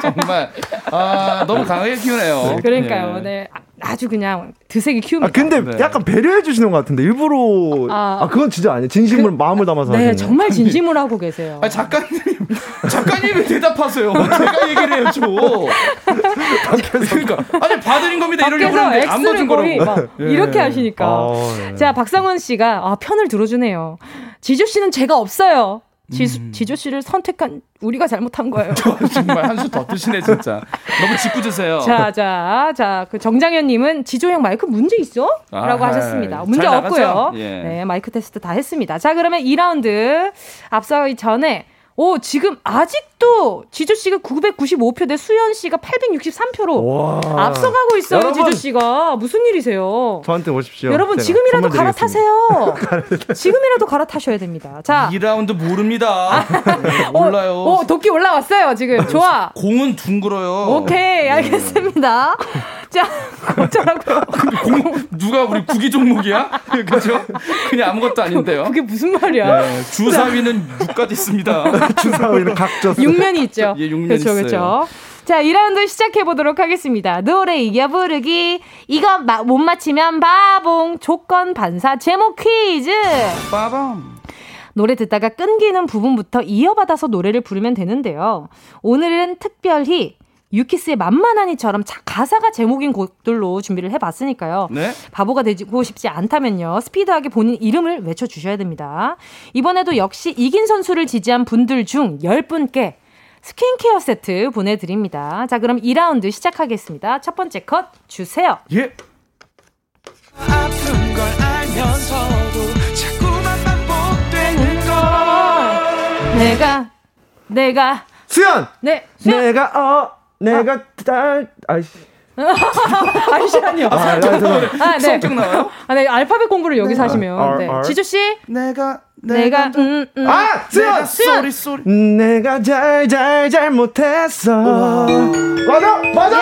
정말 아 너무 강하게 키우네요. 그러니까요. 예. 네. 아- 아주 그냥 드세기 키웁니다. 아 근데 네. 약간 배려해 주시는 것 같은데 일부러 아. 아, 그건 진짜 아니에요 진심으로 마음을 담아서 네, 하시는 정말 진심으로 하고 계세요. 아 작가님 작가님이 대답하세요. 뭐 제가 얘기를 [LAUGHS] 해야죠. 그러니까 아니 봐드린 겁니다. 이러려고 밖에서 그러는데 안 X를 봐준 거의 막 [LAUGHS] 거라고. 예. 이렇게 하시니까. 그러니까. 아, 어, 네. 자, 박상원 씨가 아, 편을 들어주네요. 지조 씨는 죄가 없어요. 지수, 지조 씨를 선택한 우리가 잘못한 [LAUGHS] 거예요. 음. 정말 한 수 더 드시네 진짜. 너무 짓궂 드세요. 자, 자, 자, 그 정장현님은 지조 형 마이크 문제 있어? 아, 라고 아, 하셨습니다. 잘 문제 없고요. 나가죠? 예. 네, 마이크 테스트 다 했습니다. 자, 그러면 2라운드 앞서기 전에 오, 지금 아직도 지조 씨가 995표 대 수현 씨가 863표로 와. 앞서가고 있어요, 여러분. 지조 씨가. 무슨 일이세요? 저한테 오십시오 여러분 네. 제가 지금이라도 선물 드리겠습니다. 갈아타세요. [LAUGHS] 지금이라도 갈아타셔야 됩니다. 자, 2라운드 모릅니다. 네, 몰라요. 오 도끼 아, 어, 올라왔어요 네. 지금. 좋아. 공은 둥글어요. 오케이 [LAUGHS] 알겠습니다. 자, 어쩌라고요? 공 누가 우리 구기 종목이야? [LAUGHS] 그죠? 그냥 아무것도 아닌데요. 그게 무슨 말이야? 네. 주사위는 6까지 [LAUGHS] 있습니다. 주사위는 각자 육면이 있죠. 예, 육면 그렇죠, 있어요. 그렇죠. 자, 2라운드 시작해 보도록 하겠습니다. 노래 이겨 부르기. 이거 마- 못 맞히면 바봉 조건 반사 제목 퀴즈. 빠밤. 노래 듣다가 끊기는 부분부터 이어받아서 노래를 부르면 되는데요. 오늘은 특별히 유키스의 만만하니처럼 자- 가사가 제목인 곡들로 준비를 해봤으니까요. 네. 바보가 되고 싶지 않다면요. 스피드하게 본인 이름을 외쳐주셔야 됩니다. 이번에도 역시 이긴 선수를 지지한 분들 중 10분께 스킨케어 세트 보내드립니다. 자, 그럼 2라운드 시작하겠습니다. 첫 번째 컷 주세요. 예. 아픈 걸 알면서도 자꾸만 반복되는 내가, 내가, 수연 네. 내가 어 내가 딸 아이씨 아이씨, 아. [LAUGHS] 아니요. 아, 나 죄송합니다. 아, 네. 성격 나와요? 아, 네. 알파벳 공부를 여기서 아, 하시면. 아, 네. 아. 지조씨. 내가 내가, 음, 음. 아 수연 쏘리 쏘리. 내가 잘 잘 잘못했어 맞아 맞아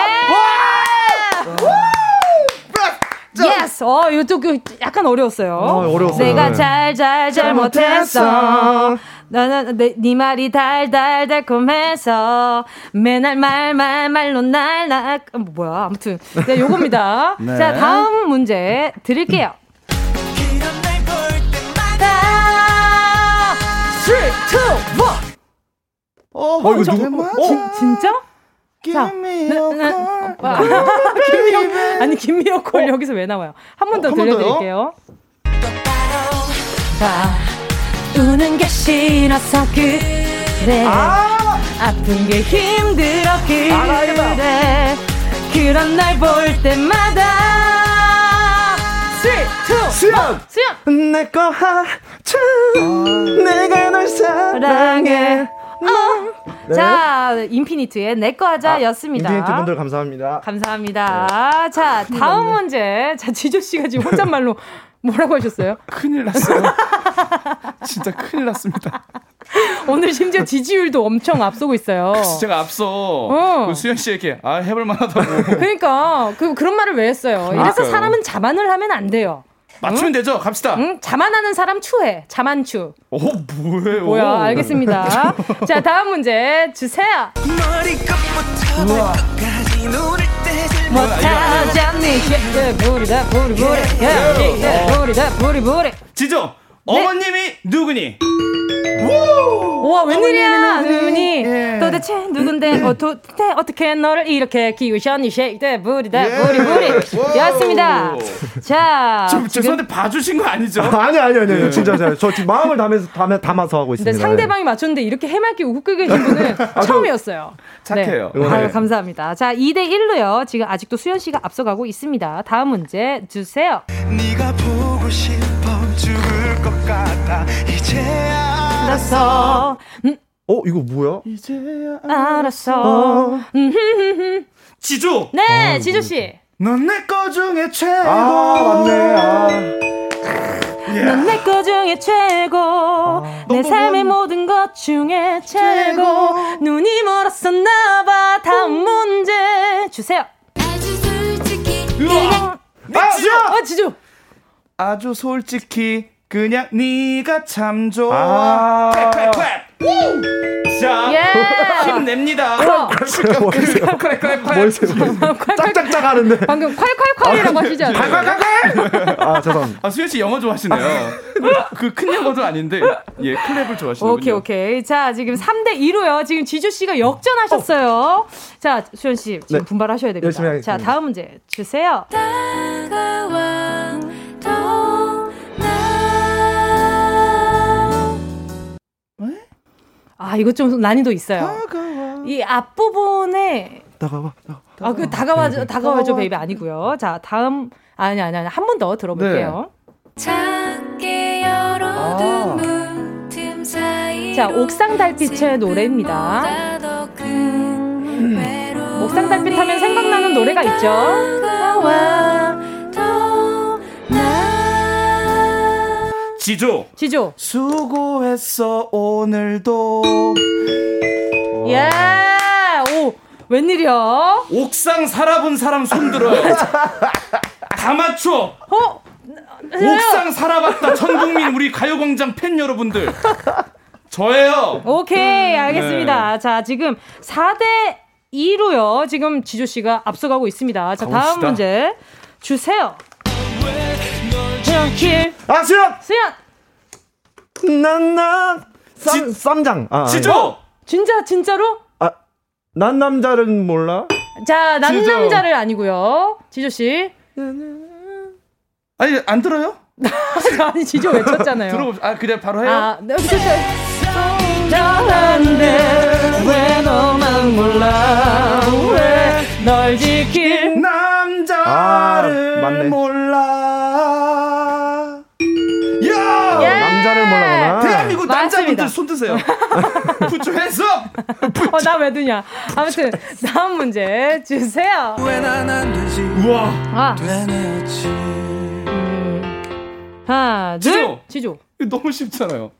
예! 예스! 어, 요쪽 약간 어려웠어요. 어려웠어요. 내가 네. 잘, 잘, 잘못했어. 나는 내, 네 말이 달달 달콤해서 맨날 말, 말, 말로 날, 나, 어, 뭐야. 아무튼. 네, 요겁니다. 네. 자, 다음 문제 드릴게요. 이런 날 볼 때마다 Three, two, one. 어, 어, 이거 저- 누구- 맞아. 어? 뭐 진짜? 자, 네, 어, 와. 김미호, 아니, 김미호 콜 여기서 왜 나와요? 한 번 더 어, 한번 더요? 들려드릴게요. 자, 우는 게 싫어서 그래. 아 아픈 게 힘들어 알아, 알아. 그래 그런 날 볼 때마다 3, 2, 수연 수연 내거 하자 아. 내가 널 사랑해 사랑해 어. 네. 자 인피니트의 내 거 하자 아, 였습니다 인피니트 분들 네. 감사합니다 감사합니다 자 다음 문제 자 지조씨가 지금 [LAUGHS] 혼잣말로 뭐라고 하셨어요? 큰일 났어요. 진짜 큰일 어. 났습니다. 오늘 심지어 지지율도 엄청 앞서고 [LAUGHS] 있어요 제가 앞서 어. 그 수현 씨에게 아 해볼 만하다고 그러니까 그, 그런 말을 왜 했어요 이래서 그러니까요. 사람은 자만을 하면 안 돼요 맞추면 되죠. 갑시다. 응? 자만하는 사람 추해 자만추 어 뭐예요? 뭐야, [LAUGHS] 알겠습니다. 자, 다음 문제 주세요. 머리끝부터 발끝까지 눈을 떼질 못 어. 못하자니, 예, 예, 부리다, 부리, 부리, 예, 예, 예, 부리다, 부리, 부리. 지조 어머님이 누구니? 우와 웬일이야 어머니, 누구니 예. 도대체 누군데 어떻게 어떻게 너를 이렇게 키우셨니 쉐이대 부리다 예. 부리 부리 였습니다 자 좀 지금 죄송한데 봐주신 거 아니죠? 아니 아니 아니 아니 진짜 잘저 지금 마음을 담아서 담아, 담아서 하고 근데 있습니다. 상대방이 맞췄는데 이렇게 해맑게 웃고 계신 [LAUGHS] 아, 분은 처음이었어요. 착해요. 네. 아유, 감사합니다. 자, 2대 1로요. 지금 아직도 수현 씨가 앞서가고 있습니다. 다음 문제 주세요. 네가 보고 싶어 죽을 것 같아 이제 알았어 알았어. 음, 어 이거 뭐야? 이제야 알았어. 음, 흠, 흠, 흠. 지조. 네, 지조 씨. 넌 내 거 중에 최고. 아 맞네. 아. 넌 내 거 중에 최고. 내 삶의 모든 것 중에 최고. 눈이 멀었었나 봐. 다음 문제 주세요. 우와. 아, 지조. 아, 지조. 아주 솔직히 그냥 네가 참 좋아. 아. 아~ 자, 예. 힘냅니다. 어. 뭘세 짝짝짝 하는데. 방금 콸콸콸이라고 하시지 않아요? 아 죄송합니다. 아, 수현 씨 영어 좋아하시네요. 그 큰 영어도 아닌데, 예, 클랩을 좋아하시네요. 오케이 오케이 자 지금 3대 2로요 지금 지주 씨가 역전하셨어요 자 수현 씨 지금 네. 분발하셔야 됩니다 열심히 하겠습니다. 자 다음 문제 주세요 아 이거 좀 난이도 있어요 이 앞부분에 나가봐. 나가봐. 아그 다가와 다가와줘 베이비 아니고요 자 다음 아니 아니 아니 한 번 더 들어볼게요 작게 열어둔 아. 문틈 사이로 자 옥상 달빛의 노래입니다 음. 나도 큰 외로움이 옥상 달빛 하면 생각나는 노래가 있죠 다가와도 나 지조. 지조 수고했어, 오늘도. 예. 오, 웬일이야? 어? 옥상 살아본 사람 손 [LAUGHS] 들어요. 다 맞춰. 어? 옥상 살아봤다 전 국민 우리 가요광장 팬 여러분들. 저예요. 네. 오케이, 알겠습니다. 자, 지금 4대 2로요. 지금 지조 씨가 앞서가고 있습니다. 자, 다음 가봅시다. 문제 주세요. 킬 아 수연. 수연. 난나 쌈 쌈장. 아, 아니. 지조. 진짜 진짜로? 아, 난 남자는 몰라. 자, 지조. 남남자를 아니고요. 지조 씨. [LAUGHS] 아니 안 들어요? 아니, 지조 외쳤잖아요. 들어봅시다. 아 그냥 바로 해요. 아, 네, 진짜. 잘한데 왜 너만 몰라 왜널 지킬 남자를 아, 맞네. 몰라. 야! 어, 남자를 예. 몰라구나. 대한민국 맞습니다. 남자분들 [LAUGHS] 손 드세요. 부추 해서 어, 나 왜 드냐? 아무튼, 다음 문제 주세요. 왜난안 되지 우와. 아, 음. 되뇌었지 하나, 둘, 지조. 이거 너무 쉽잖아요.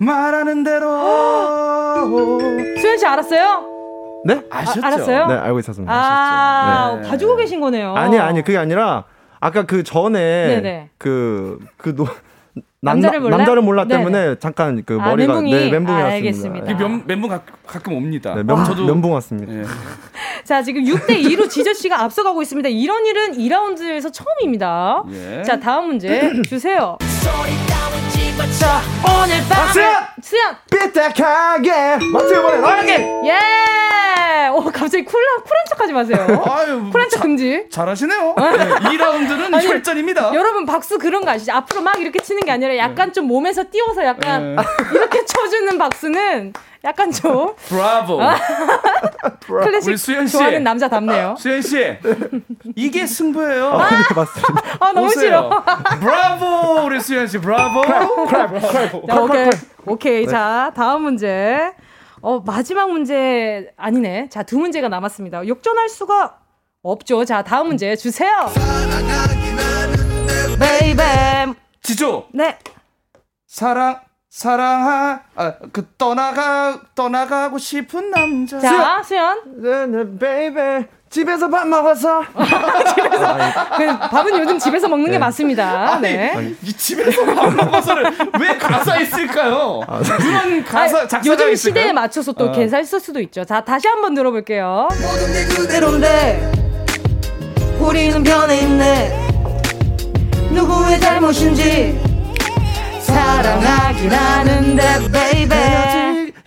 말하는 아. 대로 수현 씨 알았어요? 네? 아셨죠? 알았어요? 네 알고 있었습니다. 아, 네. 봐주고 계신 거네요. 아니 아니 그게 아니라 아까 그 네네. 전에 그그노 남자를 몰라? 남자를 몰라 때문에 네네. 잠깐 그 아, 머리가 멘붕이. 네, 멘붕이 아, 왔습니다. 알겠습니다. 이게 면, 멘붕 가, 가끔 옵니다. 네, 면, 저도 면붕 왔습니다. 예. 자, 지금 6대2로 지조 씨가 앞서가고 있습니다. 이런 일은 2라운드에서 처음입니다. 예. 자, 다음 문제 주세요. 자, 오늘 밤. 수현! 수현! 삐딱하게 마트 이번에 네. 나에게 예! 오, 갑자기 쿨한, 쿨한 척 하지 마세요. 아유, 쿨한 척 금지. 잘하시네요. 네, 2라운드는 아니, 혈전입니다. 여러분 박수 그런 거 아시죠? 앞으로 막 이렇게 치는 게 아니라 약간 좀 몸에서 띄워서 약간 네. [LAUGHS] 이렇게 쳐주는 박수는 약간 좀 브라보. 우리 클래식 수현 씨. 좋아하는 남자답네요. 수현 씨. 이게 승부예요. 아, 네, 맞습니다. 아 너무 싫어. [LAUGHS] 브라보 우리 수현 [LAUGHS] 씨 브라보. 자, 오케이 네. 오케이 자 다음 문제. 어 마지막 문제 아니네. 자 두 문제가 남았습니다. 역전할 수가 없죠. 자 다음 문제 주세요. 베이베 지조 네. 사랑 사랑하 아 그 떠나가 떠나가고 싶은 남자. 자 수연. 네네 베이베 집에서 밥 먹었어. 그 밥은 요즘 집에서 먹는 게 맞습니다. 네. 아니, 이 집에서 밥 먹어서를 왜 가사 있을까요? 아, 네. 그런 가사 아니, 작사가 요즘 있을까요? 시대에 맞춰서 또 아. 개사를 쓸 수도 있죠. 자, 다시 한번 들어볼게요. 그대로인데 우리는 변해 있네 누구의 잘못인지 사랑하긴 하는데 베이베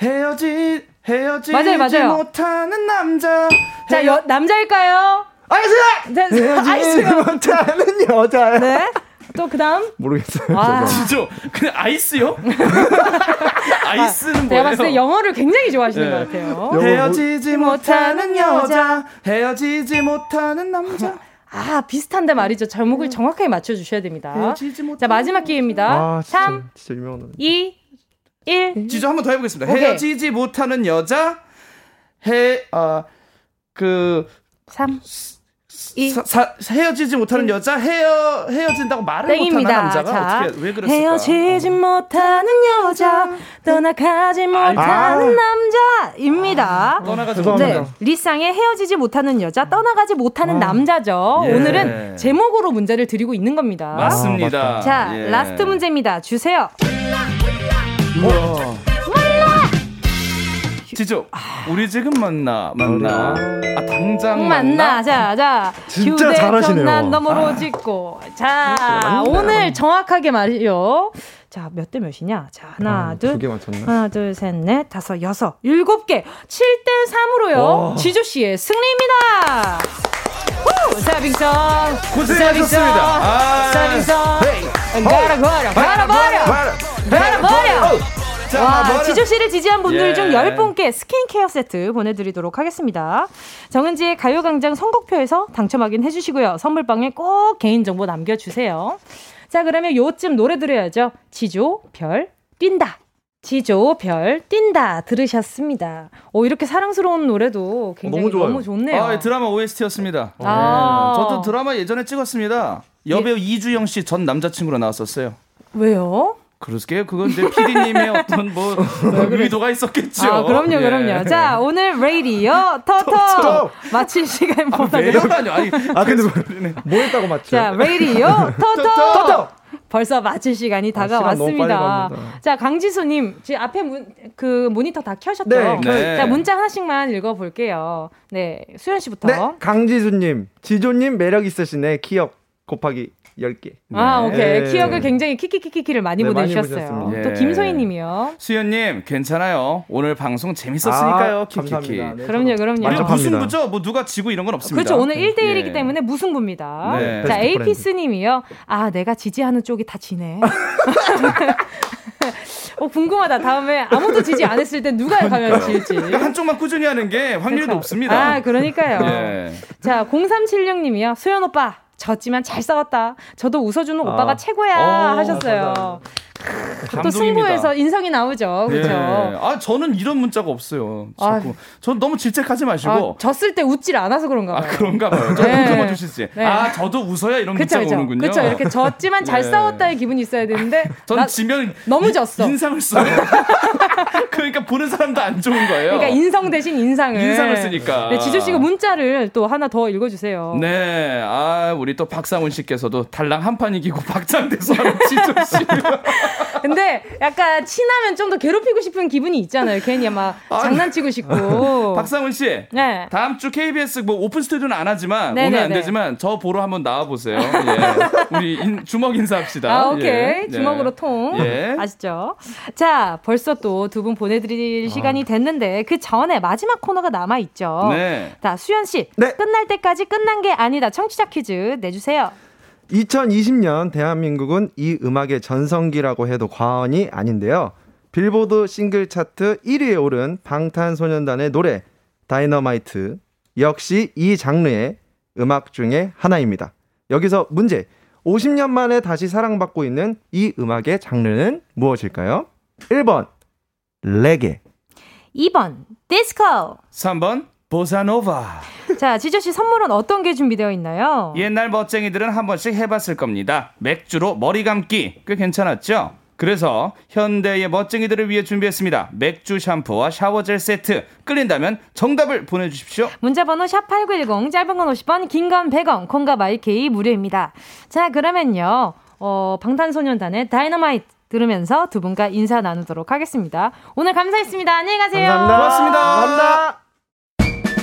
헤어지 헤어지 맞아요, 맞아요. 못하는 남자 자, 여, 남자일까요? 헤어지 네, 아이스! 아이스! 못하는 여자 네. 또 그다음 모르겠어요 아. 진짜 그냥 [LAUGHS] 아이스요? 아이스는 제가 뭐예요? 봤을 때 영어를 굉장히 좋아하시는 네. 것 같아요. 영어 헤어지지 못하는 여자 헤어지지 못하는 남자 아, 비슷한데 말이죠. 음. 제목을 정확하게 맞춰 주셔야 네, 됩니다. 어? 자, 마지막 기회입니다. 아, 삼, 아, 진짜 유명한 이, 일. 2 1 지조 한번 더 해보겠습니다. 오케이. 헤어지지 못하는 여자 아, 헤아그 3 헤어지지 못하는 여자 헤어 헤어진다고 말을 못하는 땡입니다. 남자가 자, 어떻게 왜 그랬을까? 아, 헤어지지 못하는 여자, 떠나가지 못하는 남자입니다. 떠나가지 못하는 남자. 네, 리쌍의 헤어지지 못하는 여자, 떠나가지 못하는 남자죠. 예. 오늘은 제목으로 문제를 드리고 있는 겁니다. 아, 맞습니다. 자, 예. 라스트 문제입니다. 주세요. 몰라. 지조 우리 지금 만나 만나 아 당장 만나. 만나. 자, 자. 진짜 잘하시네요. 난 너머로 아. 짓고. 자, 맞네요. 음. 오늘 정확하게 말이요. 자, 몇 대 몇이냐? 자, 하나, 아, 둘. 두개 맞췄네. 하나, 둘, 셋, 넷, 다섯, 여섯, 일곱 개. 7대 3으로요. 와. 지조 씨의 승리입니다. 후! 사빙성. 고생하셨습니다. 아. 사빙성. 헤이. 가라, 호. 가라, 가라, 가라, 가라. 가라. 가라, 가라. 버려. 어! 자, 와, 버려. 지조 씨를 지지한 분들 예. 중 10분께 스킨케어 세트 보내드리도록 하겠습니다. 정은지의 가요광장 선곡표에서 당첨 확인 해주시고요. 선물방에 꼭 개인정보 남겨주세요. 자, 그러면 요쯤 노래 들어야죠. 지조, 별, 뛴다. 지조, 별, 뛴다. 들으셨습니다. 오, 이렇게 사랑스러운 노래도 굉장히 너무, 좋네요. 아, 드라마 OST였습니다. 아. 저도 드라마 예전에 찍었습니다. 여배우 이주영 씨 전 남자친구로 나왔었어요. 왜요? 그러게요. 그건 이제 [LAUGHS] PD님의 어떤 뭐 의도가 있었겠죠. 아, 그럼요, 예. 그럼요. 자, 오늘 레이디요, [LAUGHS] 터터! 마칠 시간 보다 매력다뇨. 아니, 아 근데 뭐- 뭐 했다고 맞죠? 자, 레이디요, 터터! 터터! 벌써 마칠 시간이 시간 다가왔습니다. 너무 빨리 갑니다. 자, 강지수님, 지금 앞에 문, 그 모니터 다 켜셨죠? 네, 네. 자, 문자 하나씩만 읽어볼게요. 네, 수현 씨부터. 네, 강지수님, 지조님 매력 있으시네. 키역 곱하기 10개. 아, 오케이. 네. 키역을 굉장히 키키키키키를 많이 네, 많이 보내주셨어요. 보셨습니다. 또 예. 김소희님이요. 수현님 괜찮아요. 오늘 방송 재밌었으니까요. 아, 키키키. 감사합니다. 네, 그럼요, 저도 그럼요. 우리 만족합니다. 무승부죠. 뭐 누가 지고 이런 건 없습니다. 그렇죠. 오늘 1대1이기 예. 때문에 무승부입니다. 네. 자, 베스트 에이피스님이요. 아, 내가 지지하는 쪽이 다 지네. [LAUGHS] 어, 궁금하다. 다음에 아무도 지지 안 했을 때 누가 가면 질지. 그러니까 한쪽만 꾸준히 하는 게 확률도 그렇죠. 없습니다. 아, 그렇죠. 그러니까요. [LAUGHS] 예. 자, 0376님이요. 소연 오빠, 졌지만 잘 싸웠다. 저도 웃어주는 아. 오빠가 최고야. 어, 하셨어요. 또 감동입니다. 승부에서 인성이 나오죠. 그렇죠. 예. 아 저는 이런 문자가 없어요. 자꾸. 전 너무 질책하지 마시고. 아, 졌을 때 웃질 않아서 그런가 봐요. 그런가 봐요. 저도 네. 웃어봐 주시지. 네. 아 저도 웃어야 이런 그쵸, 문자가 그쵸. 오는군요. 그쵸. 이렇게 졌지만 잘 [LAUGHS] 예. 싸웠다의 기분이 있어야 되는데. [LAUGHS] 전 나- 지면 너무 졌어. 인상을 써요. [LAUGHS] 그러니까 보는 사람도 안 좋은 거예요. 그러니까 인성 대신 인상을. 인상을 쓰니까. 네, 지조 씨가 문자를 또 하나 더 읽어주세요. 네, 아 우리 또 박상훈 씨께서도 달랑 한 판 이기고 박장대소 하는 지조 [LAUGHS] 어. 씨. 근데 약간 친하면 좀 더 괴롭히고 싶은 기분이 있잖아요. 괜히 막 장난치고 싶고. [LAUGHS] 박상훈 씨. 네. 다음 주 KBS 뭐 오픈 스튜디오는 안 하지만 네네네. 오늘 안 되지만 저 보러 한번 나와 보세요. 예. 우리 인- 주먹 인사합시다. 아, 오케이. 예. 주먹으로 예. 통. 예. 아시죠? 자, 벌써 또 두 분 아. 보내드릴 시간이 됐는데, 그 전에 마지막 코너가 남아있죠. 네. 자, 수현씨. 끝날 때까지 끝난 게 아니다. 청취자 퀴즈 내주세요. 2020년 대한민국은 이 음악의 전성기라고 해도 과언이 아닌데요. 빌보드 싱글 차트 1위에 오른 방탄소년단의 노래 다이너마이트 역시 이 장르의 음악 중에 하나입니다. 여기서 문제. 50년 만에 다시 사랑받고 있는 이 음악의 장르는 무엇일까요? 1번 레게 2번, 디스코. 3번 보사노바. 자, 지저씨 선물은 어떤 게 준비되어 있나요? 옛날 멋쟁이들은 한 번씩 해봤을 겁니다. 맥주로 머리 감기 꽤 괜찮았죠? 그래서 현대의 멋쟁이들을 위해 준비했습니다. 맥주 샴푸와 샤워젤 세트 끌린다면 정답을 보내주십시오. 문자번호 샵8910, 짧은 건 50원, 긴 건 100원, 콩과 마이케이 무료입니다. 자, 그러면요. 어, 방탄소년단의 다이너마이트 들으면서 두 분과 인사 나누도록 하겠습니다. 오늘 감사했습니다. 안녕히 가세요. 감사합니다. 고맙습니다. 감사합니다.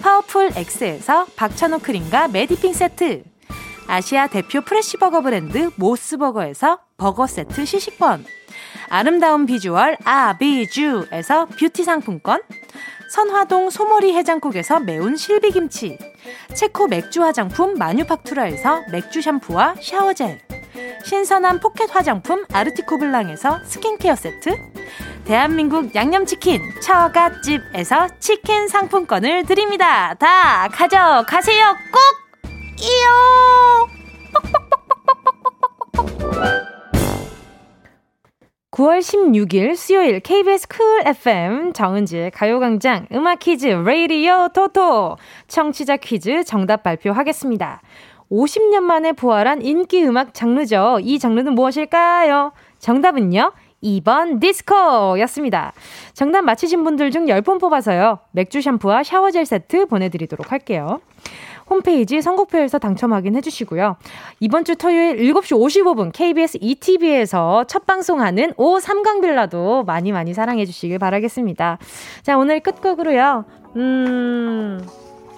파워풀 X에서 박찬호 크림과 메디핑 세트. 아시아 대표 프레시버거 브랜드 모스버거에서 버거 세트 시식권. 아름다운 비주얼 아비주에서 뷰티 상품권. 선화동 소머리 해장국에서 매운 실비김치. 체코 맥주 화장품 마뉴팍투라에서 맥주 샴푸와 샤워젤. 신선한 포켓 화장품 아르티코블랑에서 스킨케어 세트. 대한민국 양념치킨 처갓집에서 치킨 상품권을 드립니다. 다 가져가세요. 꼭! 이요! 9월 16일 수요일 KBS 쿨 FM 정은지의 가요광장 음악 퀴즈 레이디오 토토 청취자 퀴즈 정답 발표하겠습니다. 50년 만에 부활한 인기 음악 장르죠. 이 장르는 무엇일까요? 정답은요. 2번 디스코였습니다. 정답 맞히신 분들 중 10분 뽑아서요. 맥주 샴푸와 샤워젤 세트 보내드리도록 할게요. 홈페이지 선곡표에서 당첨 확인해 주시고요. 이번 주 토요일 7시 55분 KBS ETV에서 첫 방송하는 오 삼강빌라도 많이 많이 사랑해 주시길 바라겠습니다. 자, 오늘 끝곡으로요. 음.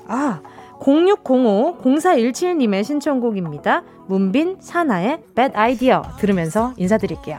아, 0605-0417님의 신청곡입니다. 문빈 사나의 Bad Idea 들으면서 인사드릴게요.